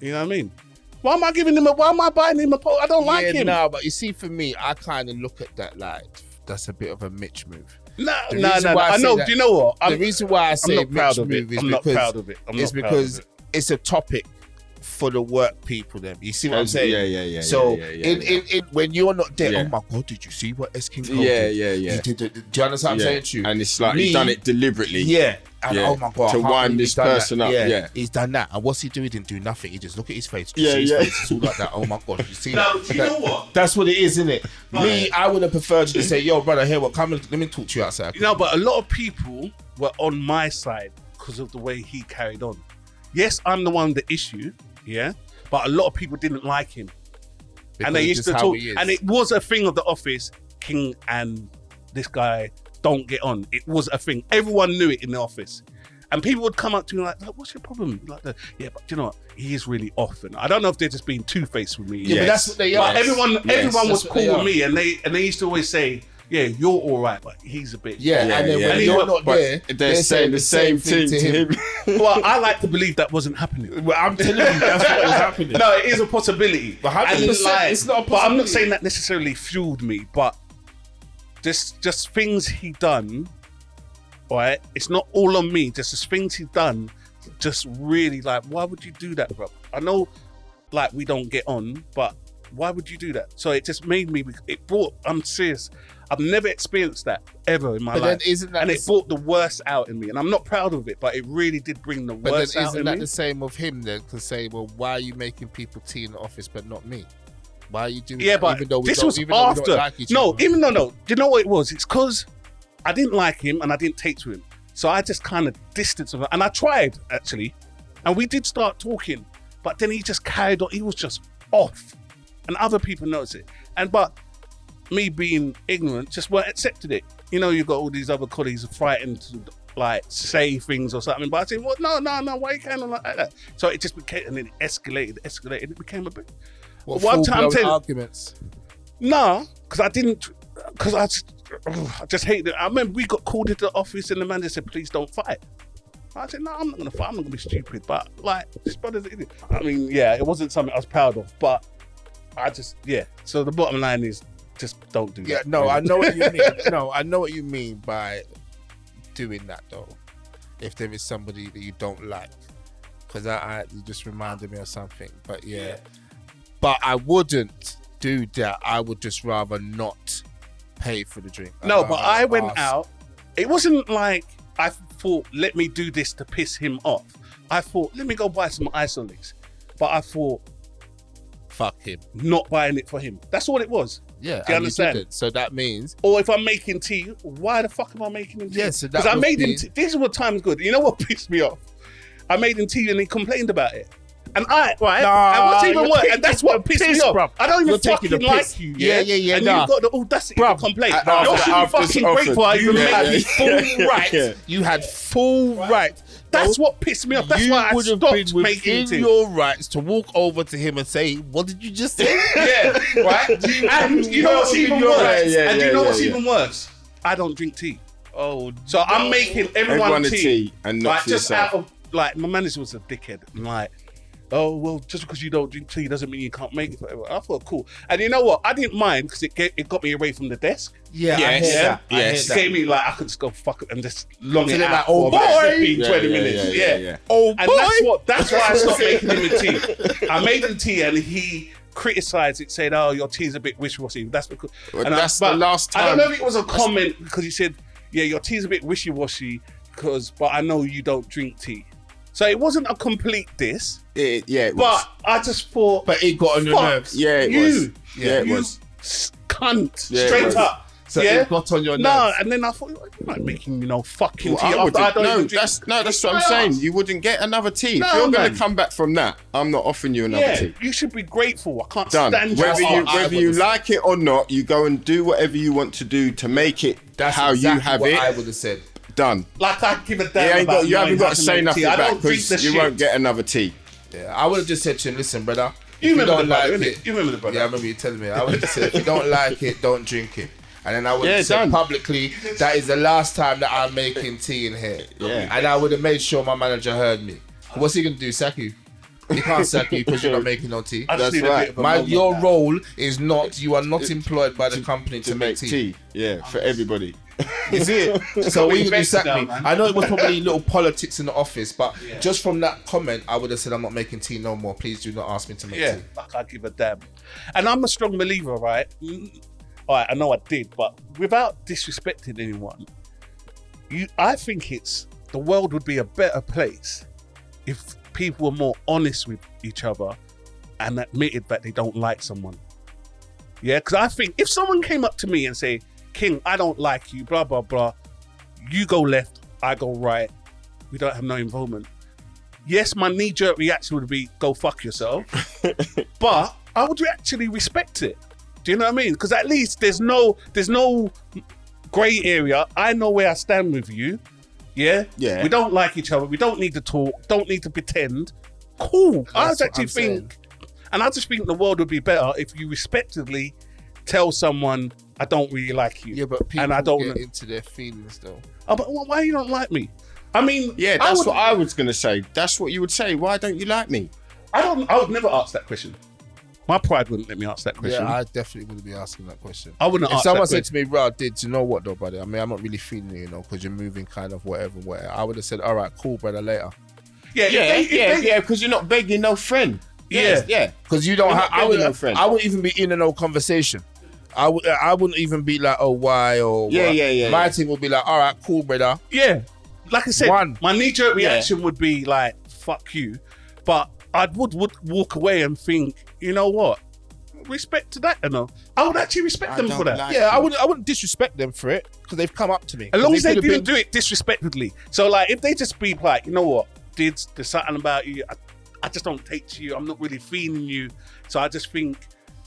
S2: you know what I mean? Why am I giving him a, why am I buying him a pole? I don't like
S1: yeah,
S2: him.
S1: No, but you see, for me, I kind of look at that like that's a bit of a Mitch move.
S2: No,
S1: The
S2: no,
S1: reason
S2: no. no.
S1: why I
S2: I
S1: say
S2: know.
S1: that-
S2: Do you know what? I'm,
S1: the reason why I
S2: I'm
S1: say
S2: not proud
S1: Mitch
S2: of it.
S1: move is
S2: I'm not
S1: because
S2: proud of it. I'm
S1: it's
S2: not proud
S1: because
S2: of it.
S1: it's a topic for the work people. Then you see what I'm saying.
S3: Yeah, yeah, yeah.
S1: So
S3: yeah, yeah,
S1: in,
S3: yeah.
S1: in, in when you're not there,
S3: Yeah.
S1: oh my god, did you see what S King Cole
S3: yeah,
S1: did?
S3: yeah, yeah,
S1: He did it. Do you understand what I'm
S3: Yeah.
S1: saying to you?
S3: And it's like
S1: Me-
S3: he's done it deliberately.
S1: yeah. And
S3: Yeah.
S1: oh my god, I
S3: To
S1: can't
S3: wind
S1: believe
S3: this
S1: he's done that.
S3: person up, yeah.
S1: he's done that. And what's he do? He didn't do nothing. He just look at his face.
S3: Yeah,
S1: yeah, his
S3: yeah.
S1: Face. It's all like that. Oh my god, you see
S6: Now,
S1: that?
S6: do you know what?
S1: That's what it is, isn't it? Me,
S3: Right.
S1: I would have preferred to say, "Yo, brother, here, what? Come and let me talk to you outside."
S2: You know, but a lot of people were on my side because of the way he carried on. Yes, I'm the one the issue, yeah, but a lot of people didn't like him, and they
S1: Because
S2: used
S1: just
S2: to
S1: how
S2: talk.
S1: he is.
S2: and it was a thing of the office. King and this guy don't get on. It was a thing. Everyone knew it in the office. And people would come up to me like, like, "What's your problem?" Like, that. "Yeah, but do you know what? He is really off." And I don't know if they're just being two faced with me.
S1: Yeah, but that's what they are.
S2: But everyone, everyone was
S1: that's what they
S2: cool
S1: are.
S2: with me, and they and they used to always say, "Yeah, you're all right, but he's a bitch."
S1: Yeah,
S3: Yeah,
S1: and then
S3: yeah.
S1: when
S2: And
S1: you're
S2: you're-
S1: not
S3: But
S1: there,
S3: they're, saying the same thing to him.
S2: well, I like to believe that wasn't happening.
S5: Well, I'm telling you, that's what was happening.
S2: No, it is a possibility.
S5: But how
S2: I
S5: many
S2: didn't
S5: percent-
S2: lie.
S5: it's not a
S2: But I'm not
S5: possibility.
S2: saying that necessarily fueled me, but just just things he done. Right, it's not all on me. Just the things he done. Just really like, why would you do that, bro? I know, like we don't get on, but why would you do that? So it just made me. It brought. I'm serious. I've never experienced that ever in my
S1: But then
S2: life.
S1: isn't that
S2: and
S1: the
S2: it brought the worst out in me, and I'm not proud of it, but it really did bring the
S1: But
S2: worst
S1: then
S2: out
S1: isn't
S2: in
S1: that
S2: me.
S1: the same of him then to say, well, why are you making people tea in the office but not me? Why are you doing
S2: Yeah,
S1: that?
S2: but
S1: even though we
S2: this
S1: don't,
S2: was
S1: even though we
S2: after.
S1: don't like each
S2: no,
S1: other?
S2: even no, no. Do you know what it was? It's because I didn't like him and I didn't take to him, so I just kind of distanced him. And I tried actually, and we did start talking, but then he just carried on. He was just off, and other people noticed it. And but me being ignorant just weren't accepted it. You know, you got all these other colleagues frightened to like say things or something, but I said, "Well, no, no, no. Why you kind of like that?" So it just became and it escalated, escalated. It became a bit.
S1: What,
S2: one time
S1: full-blown
S2: tell-
S1: arguments.
S2: No, because I didn't. Because I, just- I just hate it. I remember we got called into the office and the manager said, "Please don't fight." I said, "No, I'm not gonna fight. I'm not gonna be stupid." But like, this brother's. an idiot. I mean, yeah, it wasn't something I was proud of, but I just yeah. So the bottom line is, just don't do
S1: Yeah,
S2: that.
S1: no, I know what you mean. No, I know what you mean by doing that though. If there is somebody that you don't like, because I, I you just reminded me of something. But yeah. but I wouldn't do that. I would just rather not pay for the drink. I'd
S2: No, but
S1: rather
S2: I went
S1: ask-
S2: out. It wasn't like I thought, let me do this to piss him off. I thought, let me go buy some isolates. But I thought,
S1: Fuck him.
S2: not buying it for him. That's all it was.
S1: Yeah,
S2: Do you
S1: and
S2: understand?
S1: didn't. So that means
S2: Or if I'm making tea, why the fuck am I making him tea?
S1: Yeah, so that
S2: I
S1: would
S2: made
S1: be-
S2: him tea. This is what time's good. You know what pissed me off? I made him tea and he complained about it. And I, right?
S5: Nah,
S2: and what's
S5: you're
S2: even worse,
S5: taking
S2: and that's what pissed
S5: piss,
S2: me off.
S5: bruv.
S2: I don't even
S5: You're taking
S2: fucking
S5: the
S2: like
S5: piss.
S2: you.
S1: Yeah, yeah, yeah,
S2: And
S1: nah.
S2: you've got the audacity
S5: Bruv,
S2: to complain.
S3: I-
S2: Y'all
S3: I've-
S2: should be
S3: I've just
S2: fucking
S3: offered.
S2: grateful I
S3: You
S2: even
S3: had
S2: made you
S3: full right.
S1: you had full right.
S2: That's what pissed me off. That's
S1: you
S2: why I
S1: would have been
S2: stopped making
S1: within
S2: tea.
S1: your rights to walk over to him and say, "What did you just say?"
S2: yeah, right? and you know what's even
S3: your
S2: worse?
S3: right. Yeah, yeah,
S2: and you
S3: yeah,
S2: know
S3: yeah,
S2: what's
S3: yeah.
S2: even worse? I don't drink tea.
S5: Oh,
S2: So I'm making everyone,
S3: Everyone a
S2: tea,
S3: tea and not
S2: like
S3: for
S2: just
S3: yourself.
S2: out of like my manager was a dickhead. And like, oh well, just because you don't drink tea doesn't mean you can't make it. For everyone. I thought cool, and you know what? I didn't mind because it get, it got me away from the desk.
S1: Yeah, I
S3: Yes.
S1: hear that. I hear
S2: It
S1: that.
S2: gave me like I could just go fuck it and just long
S1: So
S2: it
S1: they're
S2: out
S1: like, oh,
S2: for about
S1: boy.
S2: 15,
S3: Yeah,
S2: twenty
S3: yeah,
S2: minutes.
S3: yeah,
S2: yeah.
S3: yeah, yeah.
S1: Oh
S2: And that's what that's why I stopped making him a tea. I made him tea and he criticized it, saying, Oh, your tea's a bit wishy-washy. That's because
S3: Well,
S2: and I-
S3: that's the
S2: but
S3: last
S2: I don't
S3: time.
S2: know if it was a comment because he said, Yeah, your tea's a bit wishy-washy, because but I know you don't drink tea. So it wasn't a complete diss,
S3: It- yeah, it was.
S2: but I just thought
S1: But it got on your
S2: Fuck.
S1: nerves.
S3: yeah, it
S2: you,
S3: was. Yeah, it
S2: you
S3: was.
S2: s- cunt
S3: Yeah, it was.
S2: straight up.
S1: So
S2: yeah.
S1: it got on your nerves.
S2: No, and then I thought you're not making you know fucking
S3: Well,
S2: tea.
S3: I
S2: after I
S3: wouldn't.
S2: don't
S3: no,
S2: even drink
S3: that's no, that's what I'm
S2: Why
S3: saying.
S2: not?
S3: You wouldn't get another tea. if
S2: No,
S3: you're going
S2: man.
S3: to come back from that, I'm not offering you another
S2: Yeah,
S3: tea.
S2: you should be grateful. I can't
S3: Done.
S2: stand
S3: Whether
S2: your
S3: you
S2: art.
S3: whether you like it or not, you go and do whatever you want to do to make it
S1: That's
S3: how
S1: exactly
S3: you have
S1: what
S3: it
S1: I would have said.
S3: done.
S2: Like I give a
S3: You
S2: damn
S3: ain't
S2: about
S3: got, you
S2: knowing
S3: haven't got to
S2: how
S3: say
S2: make
S3: nothing
S2: tea. I
S3: back
S2: don't drink
S3: because
S2: the
S3: you
S2: shit.
S3: won't get another tea.
S1: Yeah, I would have just said to him, "Listen, brother, if
S2: You remember the
S1: don't
S2: brother,
S1: like
S2: innit?
S1: it-
S2: You remember the brother.
S1: Yeah, I remember you telling me. I would have said, if you don't like it, don't drink it. And then I would have
S3: Yeah,
S1: said
S3: done.
S1: publicly, that is the last time that I'm making tea in here.
S3: Yeah.
S1: And I would have made sure my manager heard me. What's he going to do, sack you? He can't sack you because you're not making no tea.
S2: I just
S3: That's
S2: need a
S3: right.
S2: bit of a
S1: My,
S2: moment
S1: your
S2: now.
S1: role is not, you are not employed by the company to,
S3: To make tea, yeah, for everybody.
S1: You see it? so when you
S2: better
S1: do sack
S2: now,
S1: me,
S2: man.
S1: I know it was probably little politics in the office, but just from that comment, I would have said, I'm not making tea no more. Please do not ask me to make
S2: Yeah,
S1: tea.
S2: like I give a damn. And I'm a strong believer, right? Mm, All right, I know I did, but without disrespecting anyone, you, I think it's the world would be a better place if people were more honest with each other and admitted that they don't like someone. Yeah, because I think if someone came up to me and say, "King, I don't like you," blah blah blah, you go left, I go right. We don't have no involvement. Yes, my knee jerk reaction would be go fuck yourself but I would actually respect it. Do you know what I mean? Because at least there's no there's no grey area. I know where I stand with you. Yeah.
S3: Yeah.
S2: We don't like each other. We don't need to talk. Don't need to pretend. Cool. I
S1: That's
S2: was
S1: what
S2: actually
S1: I'm
S2: think, and I just think the world would be better if you respectively tell someone I don't really like you.
S1: Yeah, but people
S2: and I don't.
S1: get into their feelings though.
S2: Oh, but why you don't like me? I mean,
S3: Yeah, that's
S2: I would,
S3: what I was gonna say. That's what you would say. Why don't you like me?
S2: I don't. I would never ask that question. My pride wouldn't let me ask that question.
S1: Yeah,
S2: I,
S1: I definitely wouldn't be asking that question.
S2: wouldn't
S1: if
S2: ask
S1: someone
S2: that
S1: said
S2: question.
S1: to me, bro, did you know what though, brother? I mean, I'm not really feeling it, you know, because you're moving kind of whatever, whatever. I would have said, all right, cool, brother, later.
S2: Yeah, if
S3: Yeah,
S2: they- if
S3: yeah,
S2: they-
S3: yeah, because you're not begging no friend.
S2: Yeah.
S3: Yeah, yeah.
S1: Because you don't
S3: You're
S1: have,
S3: not
S1: I would,
S3: building no friend.
S1: I wouldn't even be in an old conversation. I would, I wouldn't even be like, oh, why or
S3: Yeah,
S1: what.
S3: yeah, yeah,
S1: My
S3: yeah.
S1: team would be like, all right, cool, brother.
S2: Yeah. Like I said,
S1: One.
S2: my knee jerk
S3: Yeah.
S2: reaction would be like, fuck you. But I would, would walk away and think, you know what? Respect to that, you know. I would actually respect
S3: I
S2: them for
S3: don't
S2: that.
S3: like
S1: Yeah, I
S3: you.
S1: wouldn't, I wouldn't disrespect them for it because they've come up to me.
S2: As long as they
S1: could've
S2: didn't
S1: been-
S2: do it disrespectfully. So, like, if they just be like, you know what? Did there's something about you? I, I just don't take to you. I'm not really feeling you. So I just think,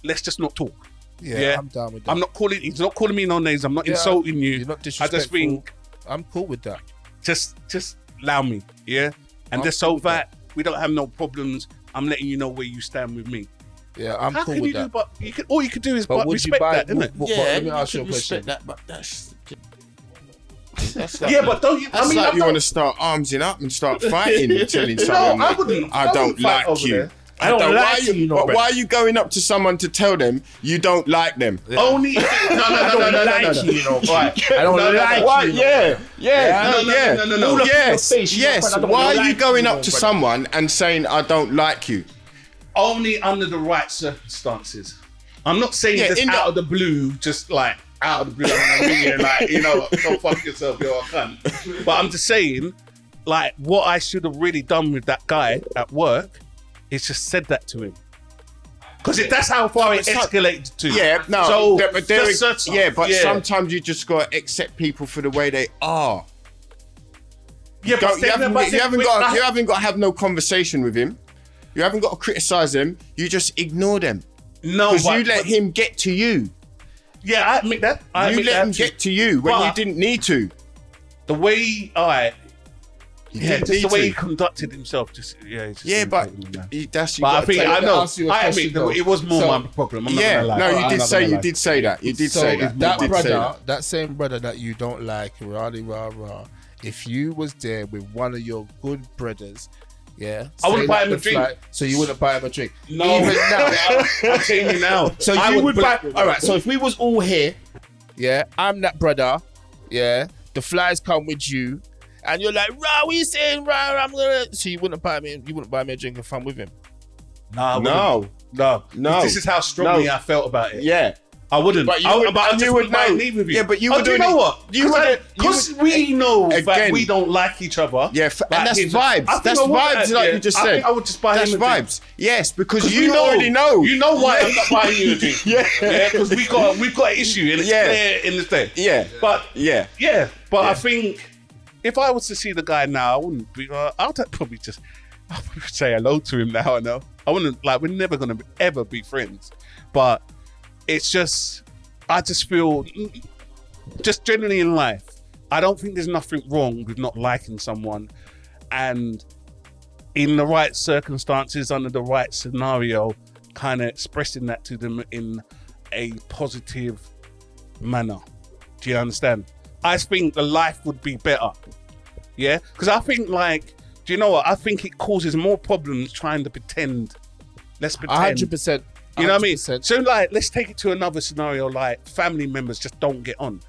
S2: let's just not talk.
S1: yeah,
S2: yeah.
S1: I'm down with that.
S2: I'm not calling. He's not calling me no names. I'm not
S1: Yeah.
S2: insulting you.
S1: You're not
S2: I
S1: disrespectful.
S2: just think
S1: I'm cool with that.
S2: just just allow me, yeah. And
S1: I'm
S2: just so
S1: cool with
S2: that we don't have no problems, I'm letting you know where you stand with me.
S1: Yeah, I'm
S2: How
S1: cool
S2: can
S1: with
S2: you
S1: that.
S2: do? But you can. All you can do is
S1: But
S2: but
S1: would you
S2: respect
S1: buy-
S2: that, isn't it?
S1: would- But- but let me ask you a
S3: could
S1: question.
S3: respect That, but that's that's like,
S2: Yeah, but don't you?
S3: that's
S2: I mean,
S3: like
S2: I'm
S3: you
S2: not,
S3: want to start armsing up and start fighting and telling someone
S2: no, I
S3: like,
S2: wouldn't.
S3: I, don't
S2: wouldn't fight
S3: like
S2: over
S3: you.
S2: there.
S1: I don't
S3: why
S1: like you, no,
S3: but
S1: bro.
S3: why are you going up to someone to tell them you don't like them?
S2: Only no, no,
S1: I
S2: no,
S1: don't
S2: no, no,
S1: like
S2: no, no.
S1: you, you know. Right. I don't
S2: No, no, no.
S1: like
S3: Why?
S1: you. you know.
S3: Yeah, yeah,
S1: Yeah.
S3: no, Oh, yeah.
S2: no, no, no, no.
S1: All up
S3: Yes,
S1: in your face, you know,
S3: yes.
S1: brother, I don't
S3: Why are
S1: like
S3: you
S1: you,
S3: going
S1: you
S3: up
S1: know,
S3: to
S1: brother.
S3: someone and saying I don't like you?
S2: Only under the right circumstances. I'm not saying
S3: Yeah,
S2: just
S3: in
S2: out
S3: the-
S2: of the blue, just like out of the blue. I'm not being like, you know, go fuck yourself, you're a cunt. But I'm just saying, like, what I should have really done with that guy at work is just said that to him. Because that's how far it
S3: but some-
S2: escalated to.
S3: Yeah, no.
S2: So,
S3: there- but there
S2: just
S3: is-
S2: such-
S3: yeah, but
S2: yeah.
S3: sometimes you just gotta accept people for the way they are.
S2: yeah, but
S3: Don't- you
S2: saying
S3: haven't,
S2: about
S3: you
S2: it
S3: haven't
S2: with
S3: got
S2: that-
S3: you haven't got to have no conversation with him. You haven't got to criticize him. You just ignore them
S2: no,
S3: because
S2: but-
S3: you let
S2: but-
S3: him get to you.
S2: Yeah, I admit that. I
S3: you
S2: admit
S3: let
S2: that
S3: him
S2: too.
S3: get to you when you
S2: But-
S3: didn't need to.
S2: the way I.
S3: You
S2: Yeah,
S3: didn't
S2: just the
S3: need
S2: way he
S3: to.
S2: conducted himself. Just yeah, it's just
S3: Yeah, but
S2: irritating, man.
S3: you- that's you.
S2: But I
S3: gotta
S2: think
S3: take
S2: I
S3: that.
S2: know.
S1: ask you a
S2: I
S1: question,
S2: admit that
S1: though.
S2: it was more
S1: So-
S2: my problem. I'm not
S3: Yeah,
S2: gonna lie.
S3: no,
S2: I'm
S3: you did
S2: not
S3: say
S2: gonna
S3: you
S2: lie.
S3: did say that. You did
S1: so
S3: say
S1: if
S3: that.
S1: that
S3: You did say
S1: brother,
S3: that.
S1: that. same brother that you don't like, rah rah rah, if you was there with one of your good brothers, yeah,
S2: I wouldn't
S1: say
S2: buy
S1: like
S2: him a
S1: the
S2: drink.
S1: flight- so you wouldn't buy him a drink.
S2: No,
S1: Even now.
S2: I'm telling you now.
S1: So
S2: I
S1: you would,
S2: bl-
S1: buy. All right. So if we was all here, yeah, I'm that brother. Yeah, the flies come with you, and you're like, rah, what you saying, rah? rah, I'm gonna. So you wouldn't buy me. You wouldn't buy me a drink if I'm with him.
S2: Nah, no,
S3: No,
S2: no,
S3: No.
S2: This is how strongly
S3: No.
S2: I felt about it.
S3: yeah.
S2: I wouldn't.
S3: But you
S2: I,
S3: would-
S2: but I
S3: and
S2: just
S3: you
S2: wouldn't
S3: would know.
S2: mind leaving with you.
S3: Yeah, but you
S2: Oh, do you
S3: wouldn't-
S2: know what?
S3: you wouldn't- you
S2: Because we know that
S3: Again.
S2: we don't like each other.
S3: Yeah, f-
S2: Like
S3: and that's
S2: his-
S3: vibes.
S2: I think
S3: That's
S2: I would- uh,
S3: vibes, like
S2: yeah,
S3: you just
S2: I
S3: said.
S2: think I would just buy
S3: That's
S2: him a drink.
S3: vibes. Yes, because
S2: 'Cause
S3: you
S2: we
S3: already know.
S2: You know why I'm not buying you a drink.
S3: Yeah.
S2: because we got we got an issue and it's
S3: Yeah.
S2: clear in this thing.
S3: Yeah.
S2: but
S3: Yeah.
S2: yeah, but I think if I was to see the guy now, I wouldn't be. Uh, I'd probably just I would say hello to him now. I know I wouldn't like. We're never gonna be, ever be friends, but it's just I just feel just generally in life, I don't think there's nothing wrong with not liking someone, and in the right circumstances, under the right scenario, kind of expressing that to them in a positive manner. Do you understand? I think the life would be better. Yeah? Because I think, like, do you know what? I think it causes more problems trying to pretend. Let's
S1: A
S2: pretend.
S1: hundred percent.
S2: You know what I mean?
S1: 100%.
S2: So, like, let's take it to another scenario. Like, family members just don't get on.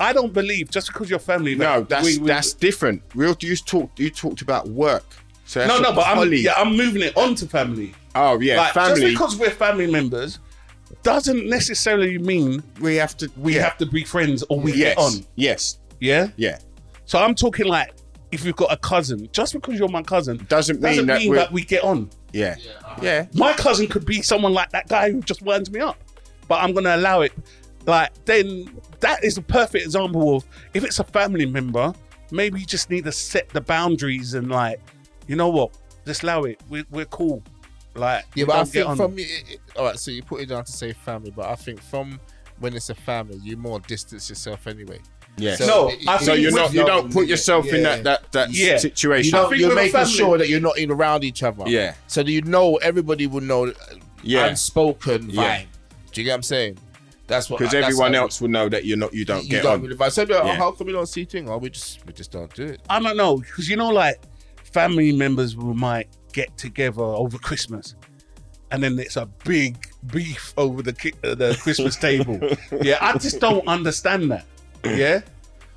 S2: I don't believe just because your family.
S3: No,
S2: that
S3: that's
S2: we- we-
S3: that's different. We all- you talked you talked about work. So that's
S2: no,
S3: your
S2: no. But I'm,
S3: colleague.
S2: yeah, I'm moving it on to family.
S3: oh yeah,
S2: Like, Just
S3: family.
S2: because we're family members doesn't necessarily mean
S3: we have to.
S2: we have to be friends or we
S3: yes,
S2: get on.
S3: yes,
S2: Yeah.
S3: yeah.
S2: So I'm talking like if you've got a cousin, just because you're my cousin
S3: Doesn't mean
S2: doesn't
S3: that
S2: mean
S3: we're-
S2: that we get on.
S3: Yeah. Yeah.
S2: My cousin could be someone like that guy who just winds me up, but I'm going to allow it. Like, then that is a perfect example of if it's a family member, maybe you just need to set the boundaries and, like, you know what? Just allow it. We're, we're cool. Like,
S1: Yeah,
S2: we
S1: but I
S2: don't get
S1: think
S2: on.
S1: from you, it- it- all right. So you put it down to say family, but I think from when it's a family, you more distance yourself anyway.
S3: Yes.
S1: So-
S2: no, I
S3: So
S2: think
S3: you're
S2: with-
S3: not. You don't put yourself
S1: Yeah.
S3: in that that that
S2: Yeah.
S1: You
S3: situation.
S2: I
S1: know,
S2: think
S1: you're
S2: with a
S1: making
S2: family-
S1: sure that you're not in around each other.
S3: Yeah.
S1: So that you know everybody will know. uh,
S3: Yeah.
S1: Unspoken
S3: Yeah.
S1: vibe. Do you get what I'm saying? That's what.
S3: because
S1: that's
S3: everyone
S1: how-
S3: else will know that you're not. You don't
S1: You
S3: get
S1: don't
S3: on.
S1: really vibe. So, like,
S3: Yeah.
S1: how come we don't see thing? Or we just we just don't do it.
S2: I don't know because you know, like family members will might get together over Christmas, and then it's a big beef over the ki- uh, the Christmas table. Yeah, I just don't understand that. Yeah,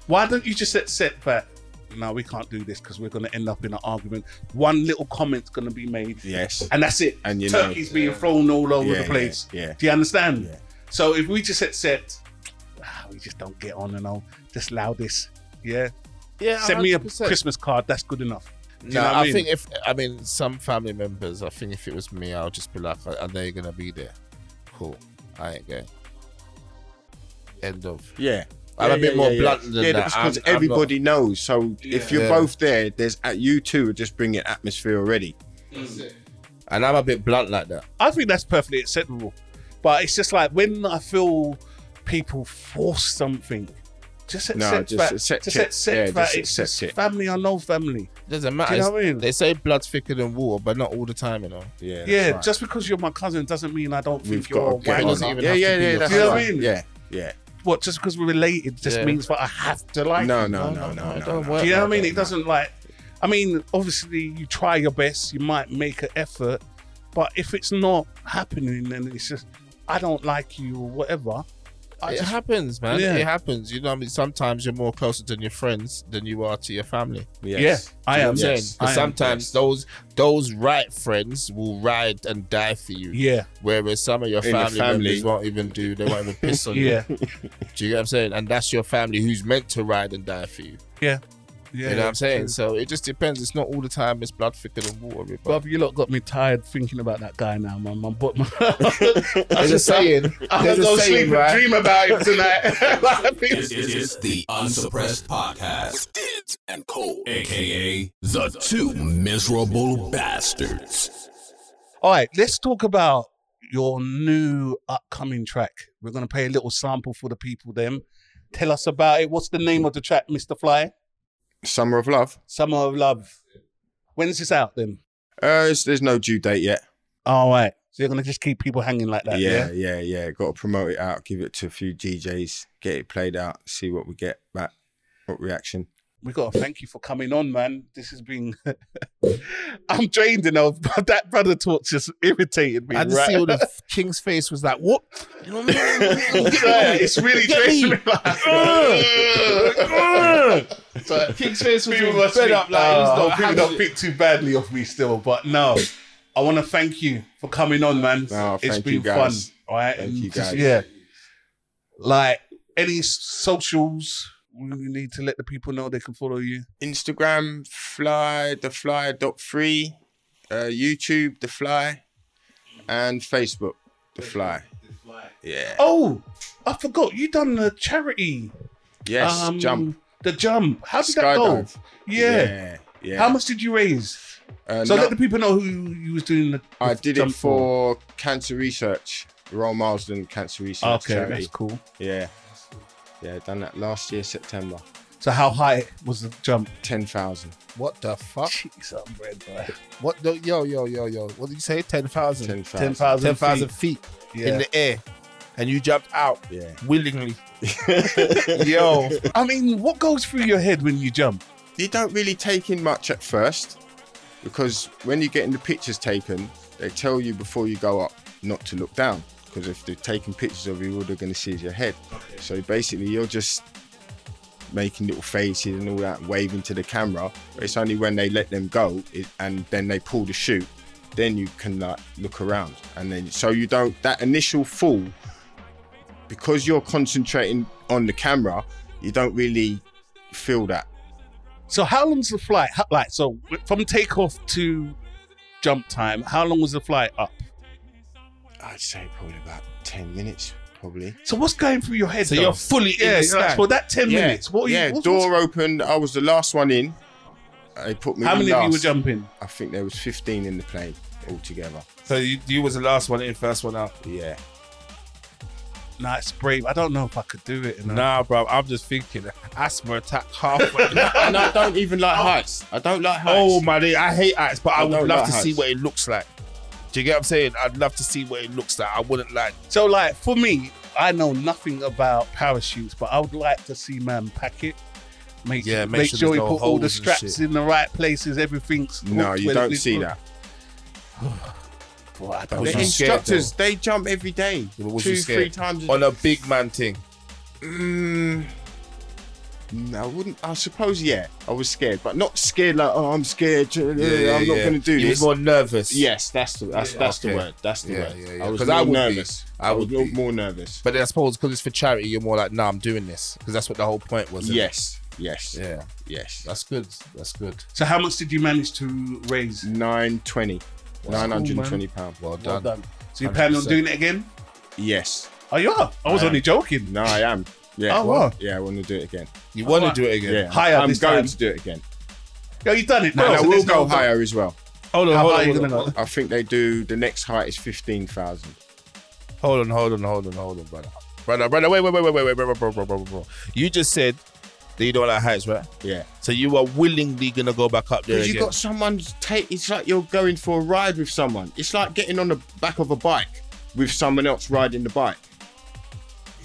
S2: why don't you just accept that? No, we can't do this because we're going to end up in an argument. One little comment's going to be made,
S3: Yes.
S2: and that's it.
S3: And you know-
S2: turkeys being thrown all over
S3: Yeah,
S2: the place.
S3: yeah, yeah.
S2: Do you understand?
S3: Yeah.
S2: So if we just accept, ah, we just don't get on, and I'll just allow this. Yeah.
S1: Yeah.
S2: Send me a Christmas card. That's good enough. Do you
S1: No,
S2: know what
S1: I,
S2: I mean?
S1: think if I mean some family members, I think if it was me, I'll just be like, I, I know you're gonna be there. Cool, I ain't going. End of.
S3: Yeah.
S1: I'm a bit more blunt than
S3: yeah,
S1: that.
S3: because
S1: I'm- I'm
S3: everybody knows. So if you're
S1: Yeah.
S3: both there, there's at you two are just bringing atmosphere already.
S1: And I'm a bit blunt like that.
S2: I think that's perfectly acceptable. But it's just like when I feel people force something, just accept
S3: No, just
S2: that.
S3: accept
S2: just
S3: it.
S2: accept
S3: Yeah,
S2: that.
S3: just
S2: it's
S3: accept
S2: just
S3: it.
S2: family or no family.
S1: Doesn't matter.
S2: Do you know
S1: It's-
S2: what I mean?
S1: They say blood's thicker than water, but not all the time, you know.
S3: Yeah. that's
S2: yeah,
S3: right.
S2: just because you're my cousin doesn't mean I don't think
S3: we've
S2: you're a
S3: got to get
S1: It
S2: wanker.
S1: doesn't
S3: on.
S1: even
S3: yeah,
S1: have to
S3: yeah,
S1: be
S3: yeah.
S1: your
S3: that's
S2: Do you know what
S3: right.
S2: I mean?
S3: Yeah. Yeah.
S2: What? Just because we're related just
S1: Yeah.
S2: means that I have to like.
S3: No,
S2: you.
S3: no, no, no,
S1: it
S3: no.
S1: don't
S3: no.
S1: work
S2: Do you know
S1: like
S2: what I mean?
S1: that.
S2: It doesn't like. I mean, obviously, you try your best. You might make an effort, but if it's not happening, then it's just I don't like you or whatever. I
S1: It
S2: just,
S1: happens, man.
S2: Yeah.
S1: It happens. You know, what I mean, sometimes you're more closer to your friends than you are to your family.
S3: Yes.
S2: yeah,
S1: You
S2: I
S1: know what I'm
S2: am. Yes,
S1: saying?
S2: I am.
S1: Because sometimes those those right friends will ride and die for you.
S2: Yeah,
S1: Whereas some of your
S3: In the
S1: family,
S3: family.
S1: members won't even do, they won't even piss on
S2: yeah,
S1: you. Do you get what I'm saying? And that's your family who's meant to ride and die for you.
S2: yeah, yeah.
S1: you know what I'm saying? So it just depends. It's not all the time it's blood thicker than water. But
S2: Bob, you lot got me tired thinking about that guy now, man. My, my,
S1: there's a saying.
S2: I'm
S1: There's
S2: gonna
S1: a
S2: go sleep
S1: saying,
S2: and
S1: right?
S2: dream about him tonight. Like,
S4: This is the Unsuppressed Podcast with Dids and Cole, aka the two miserable bastards.
S2: All right, let's talk about your new upcoming track. We're gonna play a little sample for the people. Them, tell us about it. What's the name of the track, Mister Fly?
S3: Summer of Love.
S2: Summer of Love. When's this out then?
S3: Uh, it's, there's no due date yet.
S2: All right. So you're gonna just keep people hanging like that.
S3: yeah,
S2: Yeah.
S3: yeah, yeah, Got to promote it out, give it to a few DJs, get it played out, see what we get back, what reaction.
S2: We gotta thank you for coming on, man. This has been I'm drained enough, but that brother talk just irritated me.
S1: I just
S2: right?
S1: see all the king's face was like, what? You know what I mean?
S2: Yeah, it's really draining. me.
S1: So king's face was
S2: people
S1: all
S2: must
S1: fed
S2: think,
S1: up. Like,
S2: "Oh,
S1: he's not
S2: people
S1: having
S2: don't
S1: it."
S2: pick too badly off me still, but no. I want to thank you for coming on, man.
S3: No,
S2: it's
S3: thank
S2: been
S3: you guys.
S2: fun. All right.
S3: Thank
S2: And
S3: you
S2: just-
S3: guys.
S2: Yeah. Like any s- socials, we need to let the people know they can follow you.
S3: Instagram, fly, the fly dot free, uh, YouTube, the fly, and Facebook, the fly. Yeah.
S2: Oh, I forgot. You done the charity.
S3: Yes,
S2: um,
S3: jump.
S2: The jump. How did that
S3: Skydive.
S2: go? Yeah.
S3: Yeah. yeah.
S2: How much did you raise?
S3: Uh,
S2: So
S3: no-
S2: let the people know who you was doing the
S3: I did it
S2: jump
S3: for cancer research, Royal Marsden Cancer Research
S2: Okay,
S3: Charity.
S2: that's cool.
S3: Yeah. Yeah, done that last year, September.
S2: So how high was the jump?
S3: 10,000.
S1: What the fuck?
S2: Jeez, I'm red, boy.
S1: What the? Yo, yo, yo, yo. What did you say? 10,000.
S3: 10,000.
S2: 10,000
S1: 10,000
S2: feet.
S1: feet
S2: Yeah.
S1: in the air. And you jumped out
S3: Yeah.
S1: willingly. yo.
S2: I mean, what goes through your head when you jump?
S3: You don't really take in much at first because when you're getting the pictures taken, they tell you before you go up not to look down because if they're taking pictures of you, all they're going to see is your head. So basically, you're just making little faces and all that, waving to the camera. But it's only when they let them go it, and then they pull the shoot, then you can like look around. And then so you don't that initial fall, because you're concentrating on the camera, you don't really feel that.
S2: So how long's the flight? How, like so from takeoff to jump time, how long was the flight up?
S3: I'd say probably about ten minutes, probably.
S2: So what's going through your head?
S5: So
S2: though?
S5: you're fully in
S2: yeah,
S5: the
S2: it's like,
S5: stand.
S2: for that ten
S3: Yeah,
S2: minutes. What? Are
S3: yeah,
S2: you, what-
S3: door opened. I was the last one in. They put me.
S2: How
S3: in
S2: many of you
S3: last.
S2: were jumping?
S3: I think there was fifteen in the plane altogether.
S5: So you, you was the last one in, first one out.
S3: Yeah.
S2: Nah, it's brave. I don't know if I could do it. You know?
S5: Nah, bro, I'm just thinking asthma attack halfway.
S3: and I don't even like heights. I don't like heights.
S5: oh my, day, I hate heights, but I,
S3: I
S5: would
S3: don't
S5: love
S3: like
S5: to
S3: heights.
S5: see what it looks like. Do you get what I'm saying? I'd love to see what it looks like. I wouldn't like.
S2: So like for me, I know nothing about parachutes, but I would like to see man pack it. Make,
S5: Yeah,
S2: make,
S5: make
S2: sure,
S5: sure
S2: he
S5: there's no
S2: put all the
S5: holes and
S2: straps
S5: shit.
S2: in the right places. Everything's
S3: no,
S2: hooked
S3: you
S2: where
S3: don't
S2: it's
S3: see
S2: hooked.
S3: that.
S2: Well, I
S3: The
S2: don't
S5: was
S2: know.
S5: you scared,
S3: instructors they jump every day,
S1: Yeah, but was
S3: two,
S1: you
S3: three
S1: scared?
S3: times. A
S1: on a big man thing.
S3: Mm, no, I wouldn't. I suppose, yeah, I was scared, but not scared like, oh, I'm scared. uh, I'm not going to do
S1: You
S3: this.
S1: was more nervous.
S3: yes, that's the that's that's
S1: Okay.
S3: the word. That's the
S1: Yeah,
S3: word.
S1: yeah, yeah.
S3: I was
S1: 'Cause
S3: more
S1: I would be.
S3: nervous.
S1: I
S3: was
S1: would
S3: more-
S1: be.
S3: more nervous.
S1: But then I suppose because it's for charity, you're more like, nah, I'm doing this because that's what the whole point was. isn't it?
S3: yes, yes,
S1: Yeah,
S3: yes.
S1: that's good. That's good.
S2: So how much did you manage to raise?
S3: Nine twenty. Nine hundred and twenty pound.
S1: Well done.
S2: Well done. So you plan on
S1: 100%.
S2: doing it again?
S3: Yes.
S2: Oh, you are. I was
S3: I
S2: only joking.
S3: No, I am. Yeah.
S2: Oh, wow.
S3: Yeah, I want to do it again.
S1: You want
S2: Alright.
S1: to do it again?
S3: Yeah,
S2: Higher
S3: I'm
S2: this
S3: going
S2: time.
S3: to do it again.
S2: Yo, you done it now.
S3: and I
S2: so
S3: will
S2: there's
S3: go
S2: no-
S3: higher as well.
S5: Hold on,
S2: How
S5: hold
S2: high
S5: on,
S2: you
S5: hold
S2: gonna
S5: on,
S2: go?
S3: I think they do the next height is fifteen thousand.
S1: Hold on, hold on, hold on, hold on, brother. Brother, brother, wait, wait, wait, wait, wait, wait, bro, bro, bro, bro, bro. You just said that you don't like heights, right?
S3: Yeah.
S1: So you are willingly gonna go back up there
S3: Because you
S1: again.
S3: got someone to take. It's like you're going for a ride with someone. It's like getting on the back of a bike with someone else riding the bike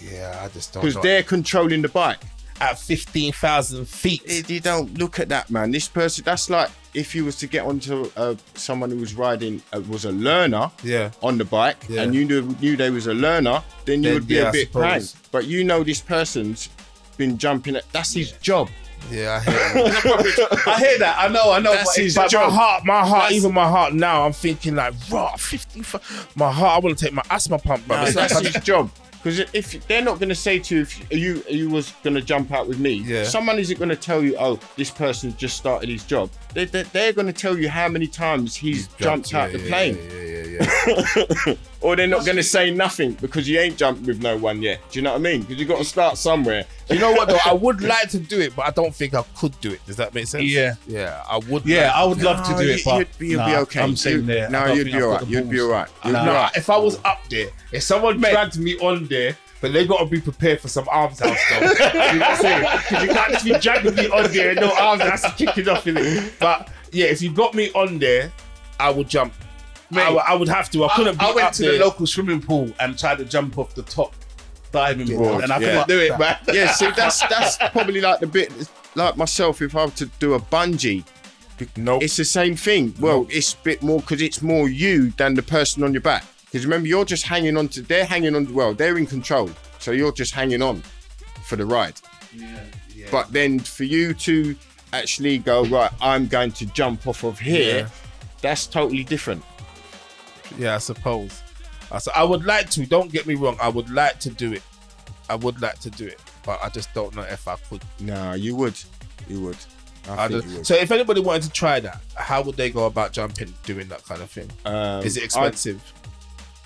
S1: yeah, I just don't.
S3: because
S1: know.
S3: they're controlling the bike.
S1: at fifteen thousand feet.
S3: It- You don't look at that, man. This person. That's like if you was to get onto uh, someone who was riding uh, was a learner
S1: yeah,
S3: on the bike,
S1: Yeah.
S3: and you knew, knew they was a learner, then you
S1: Then,
S3: would be
S1: yeah,
S3: a
S1: I
S3: bit
S1: suppose.
S3: pranked. But you know this person's been jumping. At, that's his job.
S1: yeah, I hear. you.
S2: I hear that. I know. I know.
S3: That's
S2: but it's
S3: his
S2: like-
S1: But my heart, my heart,
S3: That's-
S1: even my heart now, I'm thinking like, raw, 15. fu- My heart, I want to take my asthma pump, bro.
S3: No,
S1: It's like-
S3: that's his job. Because if they're not going to say to you, if you you was going to jump out with me,
S1: Yeah.
S3: someone isn't going to tell you, oh, this person just started his job. They, they, they're going to tell you how many times he's, jumped, out
S1: yeah,
S3: the
S1: yeah,
S3: plane.
S1: Yeah, yeah, yeah. yeah.
S3: Or they're not going to say nothing because you ain't jumped with no one yet. Do you know what I mean? Because you got to start somewhere.
S1: you know what though? I would like to do it, but I don't think I could do it. Does that make sense?
S2: Yeah.
S1: yeah, I would.
S2: Yeah,
S1: like
S2: I would love to
S3: No,
S2: do
S3: you-
S2: it, but
S3: you'd be, you'd
S2: nah,
S3: be okay.
S2: I'm saying
S3: You-
S2: there. I
S3: No,
S2: don't
S3: you'd
S2: think
S3: be
S2: I've
S3: all
S2: got
S3: right.
S2: the
S3: You'd be
S2: balls.
S3: all right. You'd
S2: Nah.
S3: be all
S1: Nah,
S3: right.
S1: if I was up there, if someone dragged me on there, but they gotta be prepared for some arms house though. you know what I'm saying? 'Cause you can't just be dragging me on there and no arms house is kicking off in it. But yeah, if you got me on there, I would jump. I, would- I would have to. I couldn't.
S2: I,
S1: be
S2: went
S1: up
S2: to
S1: there.
S2: the local swimming pool and tried to jump off the top diving board, and I
S3: yeah.
S2: couldn't do it, man.
S3: yeah, see, that's that's probably like the bit, like myself, if I were to do a bungee,
S1: Nope.
S3: it's the same thing. Well, it's a bit more because it's more you than the person on your back. Because remember, you're just hanging on to, they're hanging on, well, they're in control. So you're just hanging on for the ride. But then for you to actually go, right, I'm going to jump off of here,
S1: Yeah.
S3: that's totally different.
S1: Yeah, I suppose. I s- I would like to. Don't get me wrong. I would like to do it. I would like to do it, but I just don't know if I could.
S3: No, you would. You would. I,
S1: I
S3: think
S1: just-
S3: you would.
S1: so, if anybody wanted to try that, how would they go about jumping, doing that kind of thing?
S3: Um,
S1: Is it
S3: I'd-
S1: expensive?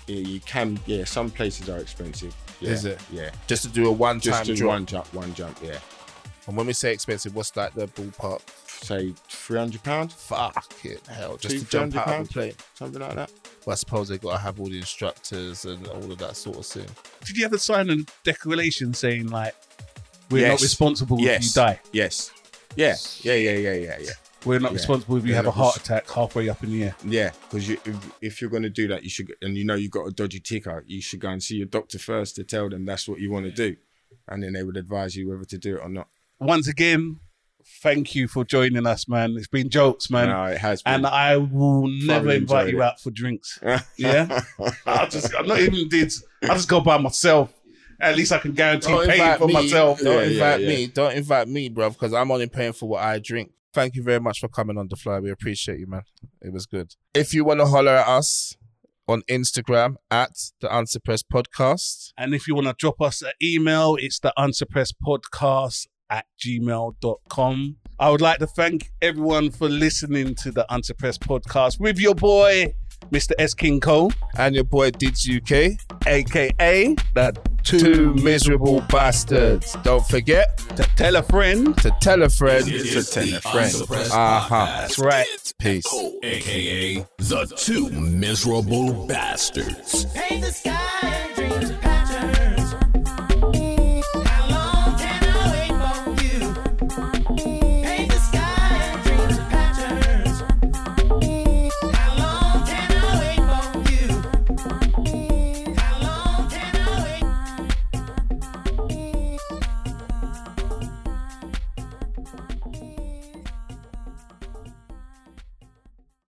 S3: yeah, you can, yeah, some places are expensive. Yeah,
S1: Is it?
S3: Yeah.
S1: just to do a one-time
S3: Just do
S1: drop.
S3: one jump, one jump, yeah.
S1: And when we say expensive, what's that? The ballpark?
S3: Say £300,
S1: Fucking hell! Just to
S3: £200,
S1: jump out of a plane.
S3: something like that.
S1: Well, I suppose they got to have all the instructors and all of that sort of thing.
S2: Did you ever sign a declaration saying like we're
S3: Yes.
S2: not responsible if you
S3: Yes.
S2: die?
S3: Yes. Yeah. Yeah. Yeah. Yeah. Yeah. Yeah.
S2: We're not
S3: Yeah.
S2: responsible if you
S3: Yeah,
S2: have a
S3: that
S2: heart
S3: was-
S2: attack halfway up in the air.
S3: Yeah. Because you, if, if you're going to do that, you should, and you know you've got a dodgy ticker, you should go and see your doctor first to tell them that's what you want to do, and then they would advise you whether to do it or not.
S2: Once again, thank you for joining us, man. It's been jokes, man.
S3: no, it has been.
S2: Um, And I will never invite
S3: enjoyed
S2: you
S3: it.
S2: out for drinks. Yeah, I just I'm not even did. I just go by myself. At least I can guarantee
S1: Don't
S2: paying
S1: invite
S2: for
S1: me.
S2: myself.
S1: Don't
S3: Yeah, yeah,
S1: invite
S3: yeah.
S1: me. Don't invite me, bruv, because I'm only paying for what I drink. Thank you very much for coming on the fly. We appreciate you, man. It was good. If you want to holler at us on Instagram at the Answer Press Podcast,
S2: And if you want to drop us an email, it's the unsuppressed podcast at gmail.com. I would like to thank everyone for listening to the Unsuppressed podcast with your boy, Mr. S. King Cole,
S1: and your boy Dids UK,
S2: aka the
S1: two miserable bastards. Don't forget
S2: to tell a friend.
S1: to tell a friend
S4: This
S1: to
S4: is
S1: tell
S4: the
S1: a friend.
S4: Unsuppressed
S1: Uh huh.
S4: Podcast.
S2: That's right.
S1: Peace.
S4: aka the two miserable bastards.
S6: Paint the sky